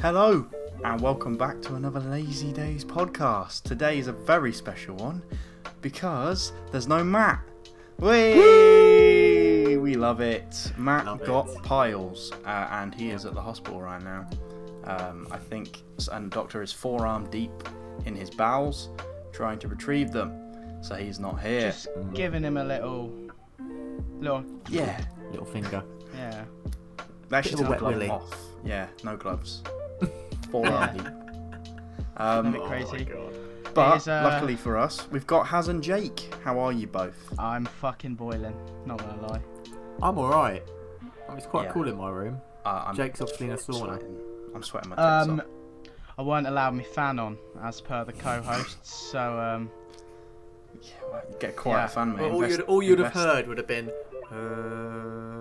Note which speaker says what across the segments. Speaker 1: Hello, and welcome back to another Lazy Days podcast. Today is a very special one because there's no Matt. Whee! We love it. Matt
Speaker 2: Love
Speaker 1: got
Speaker 2: it.
Speaker 1: piles, uh, and he is at the hospital right now. Um, I think, and the doctor is forearm deep in his bowels, trying to retrieve them. So he's not here.
Speaker 3: just giving him a little, little,
Speaker 1: yeah,
Speaker 2: Little finger.
Speaker 3: yeah.
Speaker 1: They actually
Speaker 2: Bit of
Speaker 1: took
Speaker 2: a wet
Speaker 1: the glove
Speaker 2: willy.
Speaker 1: off. Yeah, no gloves. Forearm deep.
Speaker 3: Isn't
Speaker 1: Um,
Speaker 2: Oh,
Speaker 3: it crazy?
Speaker 1: But
Speaker 3: is, uh,
Speaker 1: luckily for us, we've got Haz and Jake. How are you both?
Speaker 3: I'm fucking boiling. Not gonna lie.
Speaker 2: I'm alright. Oh, It's quite
Speaker 1: Yeah.
Speaker 2: cool in my room.
Speaker 1: Uh, I'm
Speaker 2: Jake's obviously in a sauna.
Speaker 1: sweating. I'm sweating my tits
Speaker 3: Um,
Speaker 1: off.
Speaker 3: I weren't allowed my fan on as per the co-host, so um,
Speaker 1: Yeah, well, get quite
Speaker 3: yeah.
Speaker 1: a fan, mate.
Speaker 2: Well, all
Speaker 1: Invest-
Speaker 2: you'd, all you'd have
Speaker 1: invest-
Speaker 2: heard would have been. Uh...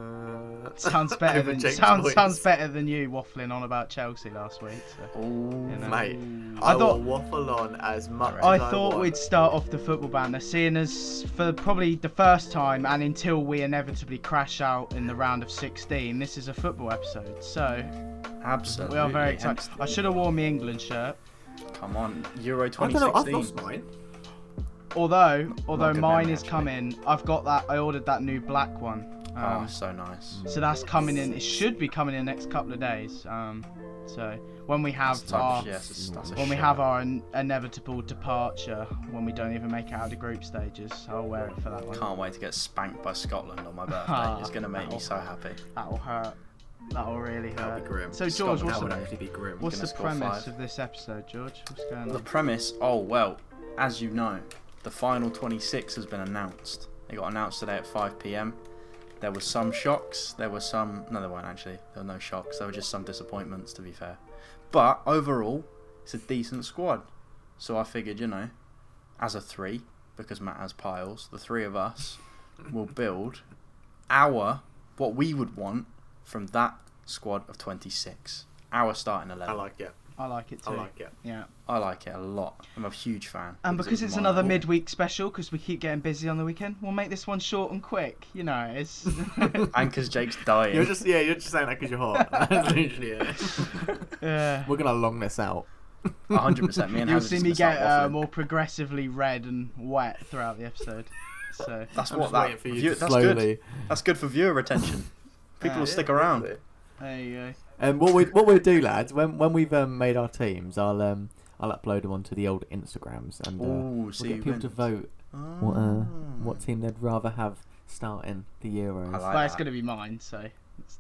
Speaker 3: sounds better
Speaker 2: over
Speaker 3: than
Speaker 2: Jake's
Speaker 3: sounds
Speaker 2: voice.
Speaker 3: sounds better than you waffling on about Chelsea last week. So.
Speaker 1: Ooh,
Speaker 3: You know.
Speaker 2: Mate,
Speaker 3: I
Speaker 2: I,
Speaker 3: thought-
Speaker 2: will waffle on as much.
Speaker 3: I
Speaker 2: as I
Speaker 3: thought
Speaker 2: want.
Speaker 3: we'd start off the football banter, seeing as for probably the first time and until we inevitably crash out in the round of 16, this is a football episode. So
Speaker 1: absolutely.
Speaker 3: we are very excited.
Speaker 1: hence-
Speaker 3: I should have worn my England shirt.
Speaker 1: Come on, Euro
Speaker 2: I don't know. I've
Speaker 1: 2016.
Speaker 2: lost mine.
Speaker 3: Although, although
Speaker 1: good then,
Speaker 3: mine is
Speaker 1: actually.
Speaker 3: coming, I've got that. I ordered that new black one,
Speaker 1: Oh,
Speaker 3: um,
Speaker 1: so nice.
Speaker 3: so that's coming in. It should be coming in the next couple of days. Um, so when we have
Speaker 1: That's a
Speaker 3: our
Speaker 1: type of- yes, it's- that's a
Speaker 3: when we
Speaker 1: shirt.
Speaker 3: have our in- inevitable departure, when we don't even make it out of the group stages, I'll wear it for that one.
Speaker 1: Can't wait to get spanked by Scotland on my
Speaker 3: Ah,
Speaker 1: birthday. it's gonna make me so happy.
Speaker 3: That'll hurt. That'll really
Speaker 2: That would be
Speaker 3: hurt.
Speaker 2: grim.
Speaker 3: So George,
Speaker 1: Scotland,
Speaker 3: what's
Speaker 2: That would
Speaker 3: the,
Speaker 2: actually be grim.
Speaker 3: what's
Speaker 1: gonna
Speaker 3: the
Speaker 1: score
Speaker 3: premise
Speaker 1: five.
Speaker 3: of this episode, George? What's going
Speaker 1: The
Speaker 3: on?
Speaker 1: premise. Oh well, as you know, the final 26 has been announced. It got announced today at 5 p.m. There were some shocks. There were some. No, there weren't actually. There were no shocks. There were just some disappointments, to be fair. But overall, it's a decent squad. So I figured, you know, as a three, because Matt has piles, the three of us will build our what we would want from that squad of 26. Our starting
Speaker 2: I
Speaker 1: eleven.
Speaker 2: like it.
Speaker 3: I like it too.
Speaker 2: I like it.
Speaker 3: Yeah.
Speaker 1: I like it a lot. I'm a huge fan.
Speaker 3: And because it's
Speaker 1: my-
Speaker 3: another midweek special, because we keep getting busy on the weekend, we'll make this one short and quick. You know, it's.
Speaker 1: And because Jake's
Speaker 3: Oh,
Speaker 1: dying.
Speaker 2: You're just yeah. You're just saying that because you're hot. That's literally it.
Speaker 3: Yeah.
Speaker 2: We're gonna long this out.
Speaker 1: 100%. Me and
Speaker 3: You'll
Speaker 1: Hannah
Speaker 3: see
Speaker 1: just
Speaker 3: me
Speaker 1: gonna start
Speaker 3: get uh,
Speaker 1: waffling.
Speaker 3: more progressively red and wet throughout the episode. So
Speaker 1: That's
Speaker 2: I'm
Speaker 1: what
Speaker 2: just
Speaker 1: that.
Speaker 2: waiting for you
Speaker 1: view-
Speaker 2: to
Speaker 1: that's
Speaker 2: slowly.
Speaker 1: good. That's good for viewer retention. People
Speaker 3: Uh,
Speaker 1: will
Speaker 3: yeah,
Speaker 1: stick around.
Speaker 3: there you go.
Speaker 2: Um, what we what we'll do, lads, when when we've um, made our teams, I'll um I'll upload them onto the old Instagrams and uh, we'll
Speaker 1: Ooh, see Ah.
Speaker 2: get
Speaker 1: who
Speaker 2: people to
Speaker 1: wins.
Speaker 2: vote what uh, what
Speaker 1: Ah.
Speaker 2: team they'd rather have starting the Euros.
Speaker 1: I like
Speaker 3: Well, it's
Speaker 1: that.
Speaker 3: going to be mine, so it's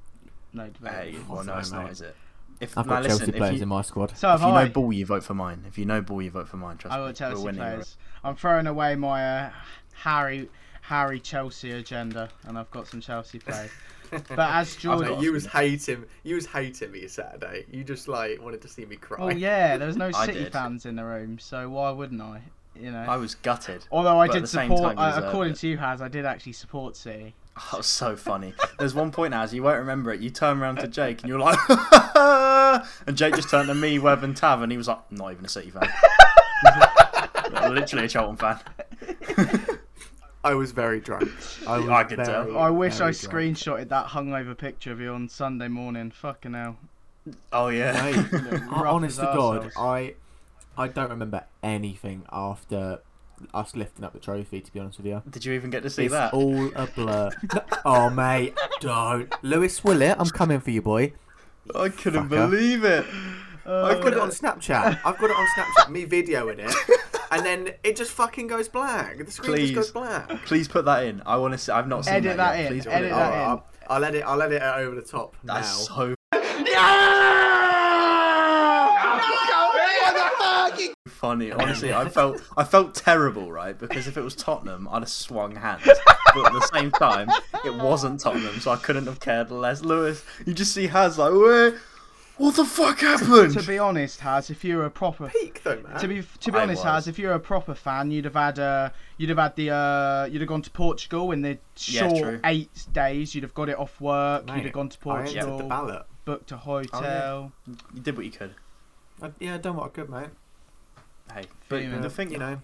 Speaker 3: no debate.
Speaker 1: Hey, well, no,
Speaker 2: Sorry,
Speaker 1: it's not,
Speaker 2: mate.
Speaker 1: is it? If,
Speaker 2: I've
Speaker 1: now,
Speaker 2: got Chelsea
Speaker 1: listen,
Speaker 2: players
Speaker 1: if you,
Speaker 2: in my squad.
Speaker 3: so have
Speaker 1: if you
Speaker 3: I.
Speaker 1: know ball, you vote for mine. If you know ball, you vote for mine. Trust
Speaker 3: I
Speaker 1: me.
Speaker 3: will Chelsea
Speaker 1: We're winning.
Speaker 3: players. I'm throwing away my uh, Harry Harry Chelsea agenda, and I've got some Chelsea players. but as George,
Speaker 2: Mate, you was hating. You was hating me Saturday. You just like wanted to see me cry.
Speaker 3: oh yeah, there was no
Speaker 1: I
Speaker 3: City
Speaker 1: did.
Speaker 3: fans in the room, so why wouldn't I? You know.
Speaker 1: I was gutted.
Speaker 3: Although I
Speaker 1: But at the
Speaker 3: did
Speaker 1: same
Speaker 3: support,
Speaker 1: time, you
Speaker 3: uh,
Speaker 1: deserved
Speaker 3: according
Speaker 1: it.
Speaker 3: to you, Haz, I did actually support City.
Speaker 1: That was Oh, so funny. There's one point, as you won't remember it, you turn around to Jake and you're like, and Jake just turned to me, Webb, and Tav, and he was like, "I'm not even a City fan. Literally a Charlton fan.
Speaker 2: I was very drunk. I, was
Speaker 1: I could tell.
Speaker 2: very,
Speaker 3: I wish I
Speaker 2: very drunk.
Speaker 3: screenshotted that hungover picture of you on Sunday morning. Fucking hell.
Speaker 1: Oh yeah.
Speaker 2: Mate,
Speaker 3: rough
Speaker 2: I- honest
Speaker 3: as
Speaker 2: to God,
Speaker 3: arseholes.
Speaker 2: I I don't remember anything after us lifting up the trophy. To be honest with you.
Speaker 1: Did you even get to see
Speaker 2: it's
Speaker 1: that?
Speaker 2: all a blur. oh mate, don't. Lewis Willett, I'm coming for you, boy.
Speaker 1: I couldn't
Speaker 2: Fucker.
Speaker 1: believe it.
Speaker 2: I've got it on Snapchat. I've got it on Snapchat. Me videoing it, and then it just fucking goes black. The screen
Speaker 1: Please.
Speaker 2: just goes black.
Speaker 1: Please put that in. I want to see. I've not seen
Speaker 3: Edit
Speaker 1: that,
Speaker 3: that
Speaker 1: yet.
Speaker 3: in.
Speaker 1: Please put
Speaker 3: Edit
Speaker 1: it
Speaker 2: All
Speaker 1: in.
Speaker 3: that
Speaker 2: right,
Speaker 3: in.
Speaker 2: I'll, I'll edit. I'll edit it over the top
Speaker 1: That's
Speaker 2: now.
Speaker 1: so funny. Honestly, I felt I felt terrible, right? Because if it was Tottenham, I'd have swung hands. But at the same time, it wasn't Tottenham, so I couldn't have cared less. Lewis, you just see Haz like, wait, what the fuck happened?
Speaker 3: To be honest, Haz, if you were a proper
Speaker 2: Peak though, man.
Speaker 3: to be to be
Speaker 1: I
Speaker 3: honest,
Speaker 1: was.
Speaker 3: Haz, if you were a proper fan, you'd have had uh, you'd have had the uh, you'd have gone to Portugal in the
Speaker 1: Yeah,
Speaker 3: short
Speaker 1: true.
Speaker 3: eight days. You'd have got it off work.
Speaker 2: Mate,
Speaker 3: you'd have gone to
Speaker 2: I entered
Speaker 3: Portugal,
Speaker 2: the ballot.
Speaker 3: booked a
Speaker 1: Oh,
Speaker 3: hotel.
Speaker 1: you did what you could.
Speaker 2: I, yeah, done what I could, mate.
Speaker 1: Hey, but
Speaker 3: Yeah.
Speaker 1: the thing
Speaker 2: You know,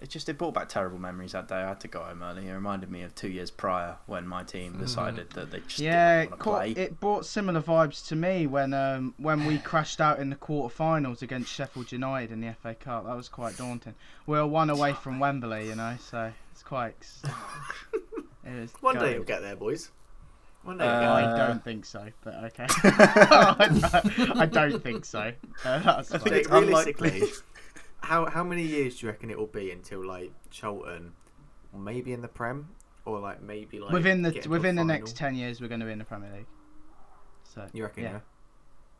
Speaker 1: It just it brought back terrible memories that day. I had to go home early. It reminded me of two years prior when my team decided that they just
Speaker 3: Mm. Yeah,
Speaker 1: didn't
Speaker 3: it,
Speaker 1: want
Speaker 3: caught,
Speaker 1: to play.
Speaker 3: it brought similar vibes to me when um, when we crashed out in the quarterfinals against Sheffield United in the FA Cup. That was quite daunting. We were one away from Wembley, you know, so it's quite. ex- it was
Speaker 2: One day
Speaker 3: gutted.
Speaker 2: you'll get there, boys. One day.
Speaker 1: Uh,
Speaker 2: you'll get
Speaker 3: I don't think so, but okay. Oh, I don't think so. Uh, that's
Speaker 1: I think
Speaker 3: fine.
Speaker 1: it's
Speaker 2: Like,
Speaker 1: unlikely.
Speaker 2: realistically- there. How how many years do you reckon it will be until like Cholton, maybe in the Prem, or like maybe like
Speaker 3: within the
Speaker 2: get into a
Speaker 3: within the
Speaker 2: final?
Speaker 3: next ten years, we're going to be in the Premier League. So
Speaker 2: You reckon?
Speaker 3: yeah.
Speaker 2: Yeah.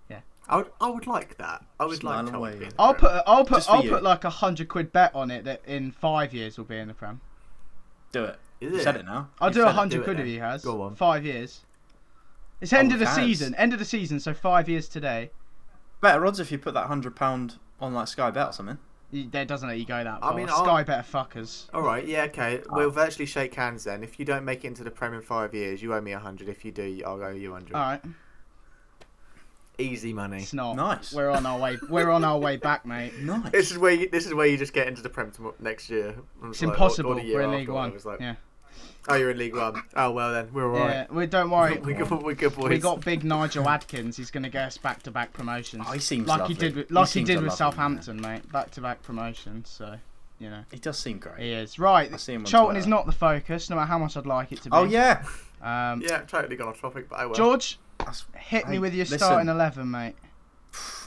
Speaker 3: Yeah.
Speaker 2: I would, I would like that. I would
Speaker 1: Smile
Speaker 2: like
Speaker 1: and
Speaker 2: Cholton. to be
Speaker 1: wave.
Speaker 2: in the
Speaker 3: I'll
Speaker 2: Prem.
Speaker 3: put I'll put
Speaker 1: Just for
Speaker 3: I'll
Speaker 1: you.
Speaker 3: put like a hundred quid bet on it that in five years we'll be in the Prem.
Speaker 1: Do it.
Speaker 2: Is
Speaker 1: You
Speaker 2: it?
Speaker 1: said it now.
Speaker 3: I'll
Speaker 1: You
Speaker 3: do
Speaker 1: said
Speaker 3: a
Speaker 1: it.
Speaker 2: do
Speaker 3: hundred
Speaker 2: it
Speaker 3: quid if
Speaker 2: then.
Speaker 3: he has.
Speaker 2: Go on.
Speaker 3: Five years. It's end
Speaker 1: Oh,
Speaker 3: of the
Speaker 1: has.
Speaker 3: season. End of the season. So five years today.
Speaker 1: Better odds if you put that hundred pound on like Sky Bet or something.
Speaker 3: You- That doesn't let you go that
Speaker 2: I
Speaker 3: far.
Speaker 2: mean, I'll-
Speaker 3: Sky better fuckers.
Speaker 2: All right, yeah,
Speaker 3: Uh,
Speaker 2: okay. We'll virtually shake hands then. If you don't make it into the Prem in five years, you owe me a hundred. If you do, I'll owe you a hundred.
Speaker 3: All right,
Speaker 2: Easy money.
Speaker 3: it's not.
Speaker 1: Nice.
Speaker 3: We're on our way. We're on our way back, mate.
Speaker 1: Nice.
Speaker 2: This is where you, this is where you just get into the Prem tomorrow, next year. I'm
Speaker 3: It's
Speaker 2: like, or- or
Speaker 3: impossible.
Speaker 2: the year
Speaker 3: We're in
Speaker 2: after,
Speaker 3: League
Speaker 2: or
Speaker 3: One.
Speaker 2: I was like,
Speaker 3: yeah.
Speaker 2: Oh, you're in League One. Oh well, then we're all
Speaker 3: Yeah.
Speaker 2: right.
Speaker 3: We don't worry.
Speaker 2: we're, good, we're good boys.
Speaker 3: We got big Nigel Adkins. He's going to get us back to back promotions.
Speaker 1: Oh, he seems
Speaker 3: like
Speaker 1: lovely.
Speaker 3: he did with
Speaker 1: He
Speaker 3: like he,
Speaker 1: seems
Speaker 3: did
Speaker 1: a
Speaker 3: with
Speaker 1: lovely
Speaker 3: Southampton, mate. Back to back promotions. So, you know,
Speaker 1: He does seem great.
Speaker 3: he is right.
Speaker 1: I see him on
Speaker 3: Charlton
Speaker 1: Twitter.
Speaker 3: is not the focus, no matter how much I'd like it to be.
Speaker 1: Oh yeah.
Speaker 3: Um,
Speaker 2: Yeah, totally gone off topic, but I will.
Speaker 3: George,
Speaker 1: That's-
Speaker 3: hit me
Speaker 1: Hey,
Speaker 3: with your
Speaker 1: listen.
Speaker 3: starting eleven, mate.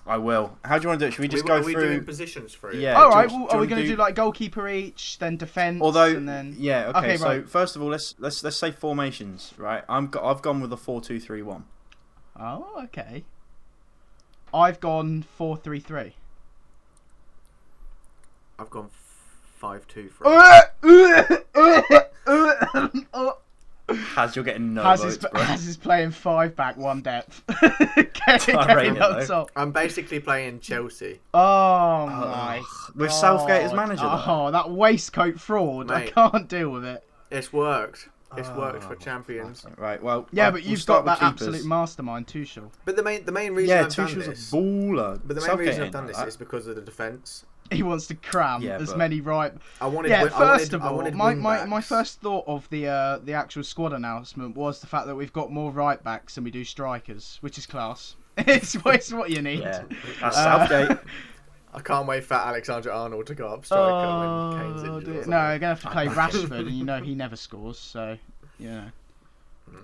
Speaker 1: I will. How do you want to do it? Should we just
Speaker 2: we,
Speaker 1: go
Speaker 2: are we
Speaker 1: through?
Speaker 2: doing positions for it?
Speaker 1: Yeah.
Speaker 3: All right.
Speaker 1: do you-
Speaker 3: well,
Speaker 1: do you
Speaker 3: are we
Speaker 1: wanna
Speaker 3: going to
Speaker 1: do-
Speaker 3: do like goalkeeper each, then defense,
Speaker 1: Although,
Speaker 3: and then
Speaker 1: yeah, okay.
Speaker 3: Okay,
Speaker 1: so
Speaker 3: right.
Speaker 1: first of all, let's let's let's say formations, right? I'm go- I've gone with a four-two-three-one.
Speaker 3: oh, okay. I've gone four three three.
Speaker 2: I've gone f- five two for
Speaker 3: Oh.
Speaker 2: it.
Speaker 3: Has
Speaker 1: Haz, you're getting no
Speaker 3: is,
Speaker 1: votes, bro.
Speaker 3: Haz is playing five back, one depth. Getting
Speaker 1: I rate
Speaker 3: carried
Speaker 1: it,
Speaker 3: up
Speaker 1: though.
Speaker 3: top.
Speaker 2: I'm basically playing Chelsea.
Speaker 3: Oh my!
Speaker 1: With
Speaker 3: God.
Speaker 1: Southgate as manager, though.
Speaker 3: Oh, that waistcoat fraud!
Speaker 2: Mate.
Speaker 3: I can't deal with it.
Speaker 2: It's worked. It's worked
Speaker 1: Oh,
Speaker 3: Ah,
Speaker 2: for champions.
Speaker 1: right. Well,
Speaker 3: Yeah,
Speaker 1: I'll-
Speaker 3: but
Speaker 1: we'll
Speaker 3: you've
Speaker 1: start
Speaker 3: got that
Speaker 1: with keepers.
Speaker 3: absolute mastermind, Tuchel.
Speaker 2: But the main the main reason
Speaker 1: Yeah,
Speaker 2: I've done
Speaker 1: Tuchel's
Speaker 2: this,
Speaker 1: a baller.
Speaker 2: but the main
Speaker 1: Southgate
Speaker 3: eh?
Speaker 2: reason I've
Speaker 1: ain't
Speaker 2: done
Speaker 1: like
Speaker 2: this
Speaker 1: that.
Speaker 2: is because of the defence.
Speaker 3: He wants to cram
Speaker 1: Yeah,
Speaker 3: as
Speaker 1: but-
Speaker 3: many right.
Speaker 2: I wanted.
Speaker 3: Yeah,
Speaker 2: win- I
Speaker 3: first
Speaker 2: wanted-
Speaker 3: of
Speaker 2: I
Speaker 3: all,
Speaker 2: wanted
Speaker 3: my, my,
Speaker 2: wing
Speaker 3: my
Speaker 2: backs.
Speaker 3: first thought of the uh, the actual squad announcement was the fact that we've got more right backs than we do strikers, which is class. it's, what- it's what you need.
Speaker 1: Yeah, that's
Speaker 3: Uh,
Speaker 1: Southgate.
Speaker 2: I can't wait for Alexander Arnold to go up striker
Speaker 3: Oh,
Speaker 2: when Kane's injured. or
Speaker 3: dear.
Speaker 2: something.
Speaker 3: no, you're gonna have to play
Speaker 1: I like it.
Speaker 3: Rashford, and you know he never scores, so you know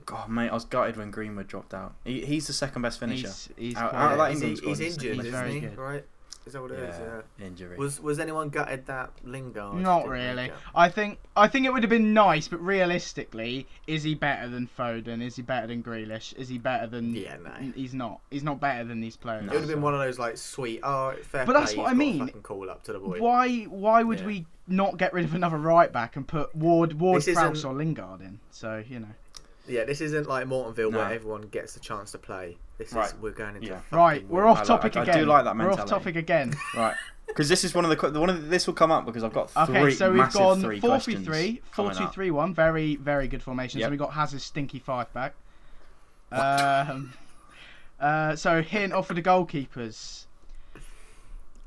Speaker 1: God, mate, I was gutted when Greenwood dropped out. He, he's the second best finisher.
Speaker 3: he's he's
Speaker 1: Out-
Speaker 3: quite-
Speaker 1: out of that
Speaker 2: he's,
Speaker 1: England
Speaker 2: he's
Speaker 1: squad, he's-
Speaker 2: injured,
Speaker 1: he's
Speaker 2: isn't
Speaker 3: very
Speaker 2: he?
Speaker 3: good.
Speaker 2: Right? Is that what it is?
Speaker 1: yeah,
Speaker 2: yeah.
Speaker 1: injury.
Speaker 2: Was was anyone gutted that Lingard?
Speaker 3: not
Speaker 2: didn't
Speaker 3: really.
Speaker 2: make it?
Speaker 3: I think I think it would have been nice, but realistically, is he better than Foden? Is he better than Grealish? Is he better than?
Speaker 2: Yeah, no.
Speaker 3: N- He's not. He's not better than these players.
Speaker 2: It would have been one of those like sweet, oh, fair
Speaker 3: But
Speaker 2: play,
Speaker 3: that's what I
Speaker 2: you've got a
Speaker 3: mean.
Speaker 2: fucking call up to the boy.
Speaker 3: Why? Why would
Speaker 1: Yeah.
Speaker 3: we not get rid of another right back and put Ward, Ward,
Speaker 2: This
Speaker 3: Prowse,
Speaker 2: isn't-
Speaker 3: or Lingard in? So you know.
Speaker 2: Yeah, this isn't like Mortonville where
Speaker 1: No.
Speaker 2: everyone gets the chance to play. This is
Speaker 1: Right.
Speaker 2: we're going into
Speaker 1: Yeah.
Speaker 2: the fucking
Speaker 3: Right, we're
Speaker 2: war.
Speaker 1: I
Speaker 3: off
Speaker 1: like-
Speaker 3: topic
Speaker 1: I do
Speaker 3: again.
Speaker 1: like that
Speaker 3: We're off
Speaker 1: mentality.
Speaker 3: topic again.
Speaker 1: Right, because this is one of the que- one of the, this will come up because I've got three
Speaker 3: Okay, so we've
Speaker 1: massive
Speaker 3: gone
Speaker 1: three
Speaker 3: 4 3
Speaker 1: questions
Speaker 3: 3, 4
Speaker 1: coming
Speaker 3: 2
Speaker 1: up.
Speaker 3: 3 1. Very, very good formations.
Speaker 1: Yep.
Speaker 3: And we got Hazard's stinky five back. Um, uh, so, hint off of the goalkeepers.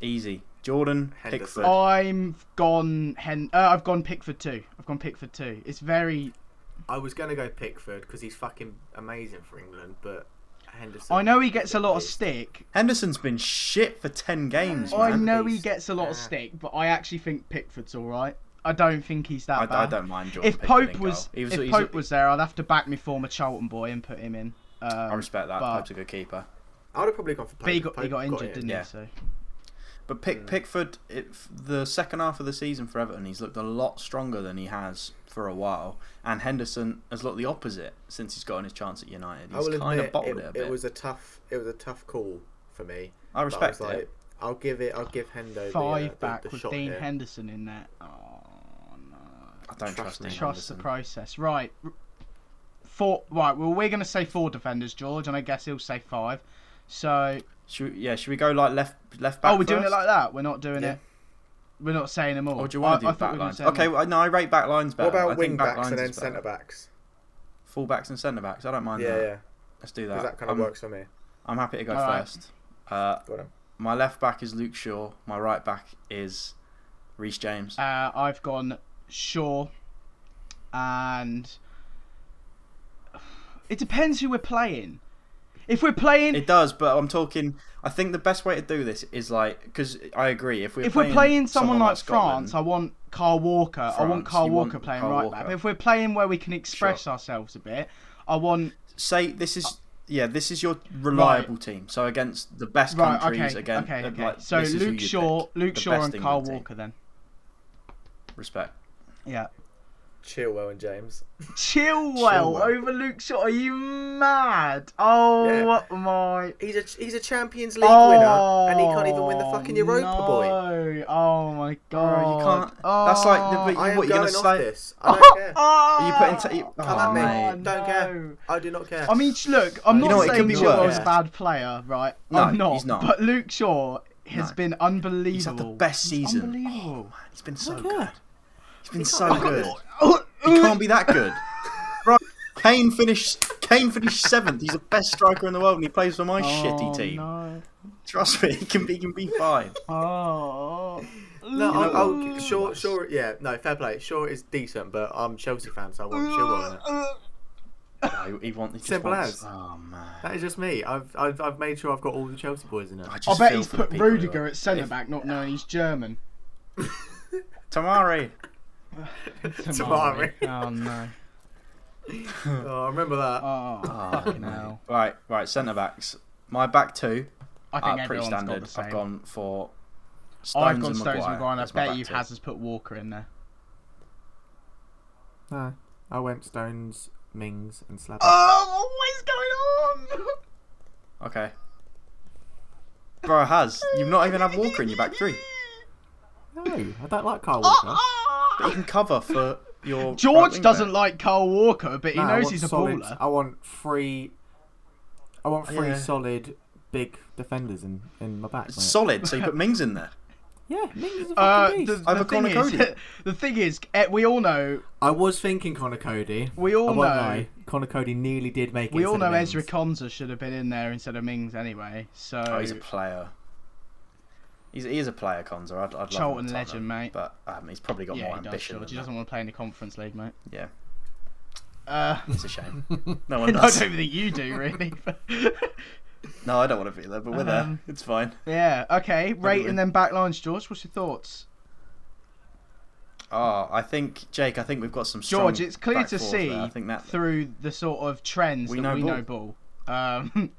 Speaker 1: Easy. Jordan
Speaker 2: Henderson.
Speaker 1: Pickford.
Speaker 3: Oh. I've gone Hen- uh, I've gone Pickford 2. I've gone Pickford 2. It's very.
Speaker 2: I was going to go Pickford because he's fucking amazing for England, but Henderson.
Speaker 3: I know he gets a lot of
Speaker 2: is-
Speaker 3: stick.
Speaker 1: Henderson's been shit for ten games,
Speaker 3: Oh, I
Speaker 1: man.
Speaker 3: know he
Speaker 2: Beast.
Speaker 3: gets a lot of
Speaker 2: Yeah.
Speaker 3: stick, but I actually think Pickford's alright. I don't think he's that
Speaker 1: I,
Speaker 3: bad.
Speaker 1: I don't mind Jordan.
Speaker 3: if
Speaker 1: Pickford
Speaker 3: Pope
Speaker 1: in
Speaker 3: was,
Speaker 1: goal. He was,
Speaker 3: if
Speaker 1: he's-
Speaker 3: Pope was there, I'd have to back my former Charlton boy and put him in.
Speaker 1: I
Speaker 3: Um,
Speaker 1: respect that.
Speaker 3: but-
Speaker 1: Pope's a good keeper.
Speaker 2: I would have probably gone for Pope.
Speaker 3: but he got,
Speaker 2: Pope
Speaker 3: he got injured,
Speaker 2: in.
Speaker 3: didn't
Speaker 1: Yeah.
Speaker 3: he? So
Speaker 1: But
Speaker 2: Hmm.
Speaker 1: Pick, Pickford, it, f- the second half of the season for Everton, he's looked a lot stronger than he has for a while. And Henderson has looked the opposite since he's gotten his chance at United.
Speaker 2: I
Speaker 1: He's
Speaker 2: will
Speaker 1: kind of
Speaker 2: admit,
Speaker 1: bottled
Speaker 2: it,
Speaker 1: it, a
Speaker 2: it
Speaker 1: bit.
Speaker 2: was a tough, it was a tough call for me.
Speaker 1: I
Speaker 2: But I
Speaker 1: respect
Speaker 2: was like,
Speaker 1: it.
Speaker 2: I'll give it. I'll give Hendo
Speaker 3: five
Speaker 2: the, uh, the-
Speaker 3: back
Speaker 2: the
Speaker 3: with
Speaker 2: shot
Speaker 3: Dean
Speaker 2: here.
Speaker 3: Henderson in there. Oh no!
Speaker 1: I don't
Speaker 2: Trust
Speaker 1: trust, him.
Speaker 2: him.
Speaker 3: Trust the process, right? r- Four, right? Well, we're gonna say four defenders, George, and I guess he'll say five. So,
Speaker 1: Should, yeah, should we go like left left back?
Speaker 3: oh, we're doing it
Speaker 1: first?
Speaker 3: like that. We're not doing
Speaker 2: Yeah.
Speaker 3: it. We're not saying them all.
Speaker 1: Or do you want to
Speaker 3: I- I
Speaker 1: do
Speaker 3: thought
Speaker 1: back
Speaker 3: we were gonna
Speaker 1: lines?
Speaker 3: say them
Speaker 1: Okay,
Speaker 3: all.
Speaker 1: well, no, I rate back lines
Speaker 2: What
Speaker 1: better. I
Speaker 2: about
Speaker 1: think
Speaker 2: wing
Speaker 1: back
Speaker 2: backs
Speaker 1: lines
Speaker 2: and then
Speaker 1: is better.
Speaker 2: centre backs?
Speaker 1: Full backs and centre backs. I um, don't mind
Speaker 2: Yeah,
Speaker 1: that.
Speaker 2: yeah,
Speaker 1: Let's do that.
Speaker 2: because that kind of
Speaker 1: I'm,
Speaker 2: works for me.
Speaker 1: I'm happy to go
Speaker 3: All right.
Speaker 1: first. Uh,
Speaker 2: Got him.
Speaker 1: my left back is Luke Shaw. My right back is Reese James.
Speaker 3: Uh, I've gone Shaw, and it depends who we're playing. If we're playing,
Speaker 1: It does, but I'm talking. I think the best way to do this is like because I agree. If we're
Speaker 3: if
Speaker 1: playing
Speaker 3: we're playing someone, like
Speaker 1: Scotland-
Speaker 3: France, I want Carl Walker. I want
Speaker 1: France,
Speaker 3: Carl
Speaker 1: you
Speaker 3: Walker
Speaker 1: want
Speaker 3: playing
Speaker 1: Kyle
Speaker 3: right
Speaker 1: Walker.
Speaker 3: back. But if we're playing where we can express ourselves a bit, I want
Speaker 1: say this is yeah, this is your reliable team. So against the best
Speaker 3: right.
Speaker 1: countries,
Speaker 3: Okay,
Speaker 1: again,
Speaker 3: okay,
Speaker 1: that,
Speaker 3: okay.
Speaker 1: like,
Speaker 3: so
Speaker 1: this is who
Speaker 3: Luke
Speaker 1: you'd
Speaker 3: Shaw,
Speaker 1: pick.
Speaker 3: Luke
Speaker 1: The
Speaker 3: Shaw,
Speaker 1: best
Speaker 3: and
Speaker 1: England
Speaker 3: Carl
Speaker 1: team.
Speaker 3: Walker. Then
Speaker 1: Respect.
Speaker 3: yeah,
Speaker 4: Chilwell and James.
Speaker 3: Chilwell,
Speaker 5: Chilwell.
Speaker 3: over Luke Shaw. Are you mad? Oh my.
Speaker 5: He's a he's a Champions League winner, and he can't even win the fucking Europa
Speaker 3: Oh, no.
Speaker 5: boy.
Speaker 3: Oh my god!
Speaker 1: Bro, you can't. That's like the,
Speaker 5: I am
Speaker 1: what you're
Speaker 5: going
Speaker 1: gonna
Speaker 5: off
Speaker 1: say.
Speaker 5: this. I don't care.
Speaker 1: Are you putting? T- oh,
Speaker 5: at me.
Speaker 1: mate.
Speaker 5: Don't care. I do not care.
Speaker 3: I mean, look, I'm
Speaker 5: You
Speaker 3: not
Speaker 5: know what, it
Speaker 3: saying
Speaker 5: could be
Speaker 3: Chilwell's
Speaker 5: worse.
Speaker 3: a bad player, right?
Speaker 1: No,
Speaker 3: I'm not,
Speaker 1: he's not.
Speaker 3: But Luke Shaw has
Speaker 1: No.
Speaker 3: been
Speaker 1: He's
Speaker 3: unbelievable.
Speaker 1: had the best season.
Speaker 3: Unbelievable.
Speaker 1: Oh, man, he's been so
Speaker 5: yeah.
Speaker 1: good. He's been so good.
Speaker 3: Oh,
Speaker 1: He can't be that good. Bro, Kane finished. Kane finished seventh. He's the best striker in the world, and he plays for my shitty team.
Speaker 3: Oh, No.
Speaker 1: Trust me, he can be. He can be fine.
Speaker 3: Oh.
Speaker 5: No, I'll, I'll,
Speaker 3: Luke.
Speaker 5: sure, sure, yeah, no, fair play. Sure, is decent, but I'm Chelsea fan, so I want Chilwell. In it.
Speaker 1: No, he, he want, he just
Speaker 5: Simple
Speaker 1: wants-
Speaker 5: as.
Speaker 1: Oh man.
Speaker 5: That is just me. I've, I've, I've made sure I've got all the Chelsea boys in it.
Speaker 1: I, just
Speaker 3: I bet
Speaker 1: feel
Speaker 3: he's
Speaker 1: for the
Speaker 3: put
Speaker 1: people who
Speaker 3: Rudiger
Speaker 1: are-
Speaker 3: at centre back, not knowing he's German.
Speaker 1: Tamari.
Speaker 5: Tomorrow.
Speaker 3: Oh no.
Speaker 5: Oh, I remember that.
Speaker 1: Uh,
Speaker 3: Oh,
Speaker 1: Ah,
Speaker 3: fucking hell.
Speaker 1: Right, right, centre backs. My back two
Speaker 3: I
Speaker 1: are
Speaker 3: think
Speaker 1: pretty
Speaker 3: everyone's got
Speaker 1: standard.
Speaker 3: the same.
Speaker 1: I've gone for Stones
Speaker 3: I've gone
Speaker 1: and
Speaker 3: Stones
Speaker 1: Maguire.
Speaker 3: and Maguire. and I
Speaker 1: as my
Speaker 3: bet
Speaker 1: back
Speaker 3: you
Speaker 1: two.
Speaker 3: Hazard's put Walker in there.
Speaker 5: No, I went Stones, Uh, Mings, and Slab.
Speaker 1: uh,
Speaker 3: Oh, what is going on?
Speaker 1: Okay. Bro, Haz, you've not even had Walker in your back three.
Speaker 5: no, I don't like Carl
Speaker 1: uh,
Speaker 3: Oh,
Speaker 5: Walker.
Speaker 1: But you can cover for your. right
Speaker 3: George
Speaker 1: wing
Speaker 3: doesn't
Speaker 1: back.
Speaker 3: like Carl Walker, but he
Speaker 5: No, I
Speaker 3: knows
Speaker 5: want
Speaker 3: he's a
Speaker 5: solid-
Speaker 3: baller.
Speaker 5: I want three. I want three
Speaker 1: Yeah.
Speaker 5: solid big defenders in, in my back. mate.
Speaker 1: Solid, so you put Mings in there.
Speaker 5: yeah, Mings is a fucking
Speaker 3: Uh,
Speaker 5: beast.
Speaker 3: the,
Speaker 1: I've
Speaker 3: the,
Speaker 1: a
Speaker 3: thing
Speaker 1: Connor
Speaker 3: is,
Speaker 1: Cody.
Speaker 3: the thing is, eh, we all know,
Speaker 5: I was thinking Connor Cody.
Speaker 3: we all
Speaker 5: I
Speaker 3: know,
Speaker 5: won't lie, Connor Cody nearly did make it.
Speaker 3: we all
Speaker 5: instead
Speaker 3: know
Speaker 5: of Mings.
Speaker 3: Ezra Konza should have been in there instead of Mings anyway. So
Speaker 1: Oh, he's a player. He's, he is a player, Conza. I'd, I'd love him
Speaker 3: Charlton
Speaker 1: at Tottenham,
Speaker 3: legend, mate.
Speaker 1: But um, he's probably got more
Speaker 3: yeah, he does.
Speaker 1: ambition.
Speaker 3: George. He
Speaker 1: than
Speaker 3: doesn't want to play in the Conference League, mate.
Speaker 1: that. Yeah,
Speaker 3: Uh,
Speaker 1: it's a shame. No one
Speaker 3: I don't
Speaker 1: does.
Speaker 3: think you do, really.
Speaker 1: no, I don't want to be there, but we're there.
Speaker 3: Um,
Speaker 1: It's fine.
Speaker 3: yeah. Okay. Rate
Speaker 1: we-
Speaker 3: and then back lines, George. What's your thoughts?
Speaker 1: Oh, I think Jake. I think we've got some. strong
Speaker 3: George, it's clear
Speaker 1: back
Speaker 3: to
Speaker 1: fours
Speaker 3: see
Speaker 1: there. I think that
Speaker 3: through the sort of trends
Speaker 1: We
Speaker 3: that
Speaker 1: know
Speaker 3: we
Speaker 1: ball.
Speaker 3: know ball. Um,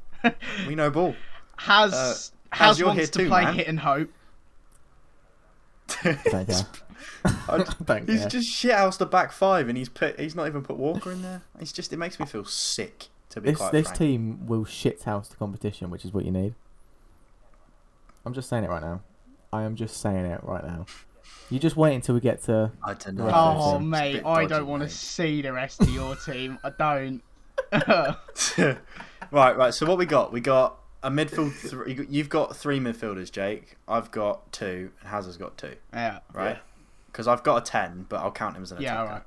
Speaker 1: we know ball.
Speaker 3: has
Speaker 1: Uh, Haz,
Speaker 3: has
Speaker 1: you're
Speaker 3: wants
Speaker 1: here
Speaker 3: to
Speaker 1: too,
Speaker 3: play
Speaker 1: man.
Speaker 3: hit and hope.
Speaker 5: Don't care. Don't
Speaker 1: he's
Speaker 5: care.
Speaker 1: just shit house the back five, and he's put. He's not even put Walker in there. It's just. It makes me feel sick. To be
Speaker 5: This
Speaker 1: quite
Speaker 5: this
Speaker 1: frank.
Speaker 5: team will shithouse the competition, which is what you need. I'm just saying it right now. I am just saying it right now. You just wait until we get to.
Speaker 1: I don't
Speaker 5: Right,
Speaker 3: Oh
Speaker 5: it's
Speaker 3: mate, I don't want to see the rest of your team. I don't.
Speaker 1: to. right, right. So what we got? We got a midfield. Th- you got- you've got three midfielders, Jake. I've got two, and Hazard's got two.
Speaker 3: yeah.
Speaker 1: Right. Because I've got a ten, but I'll count him as an
Speaker 3: Yeah.
Speaker 1: attacker.
Speaker 3: All right.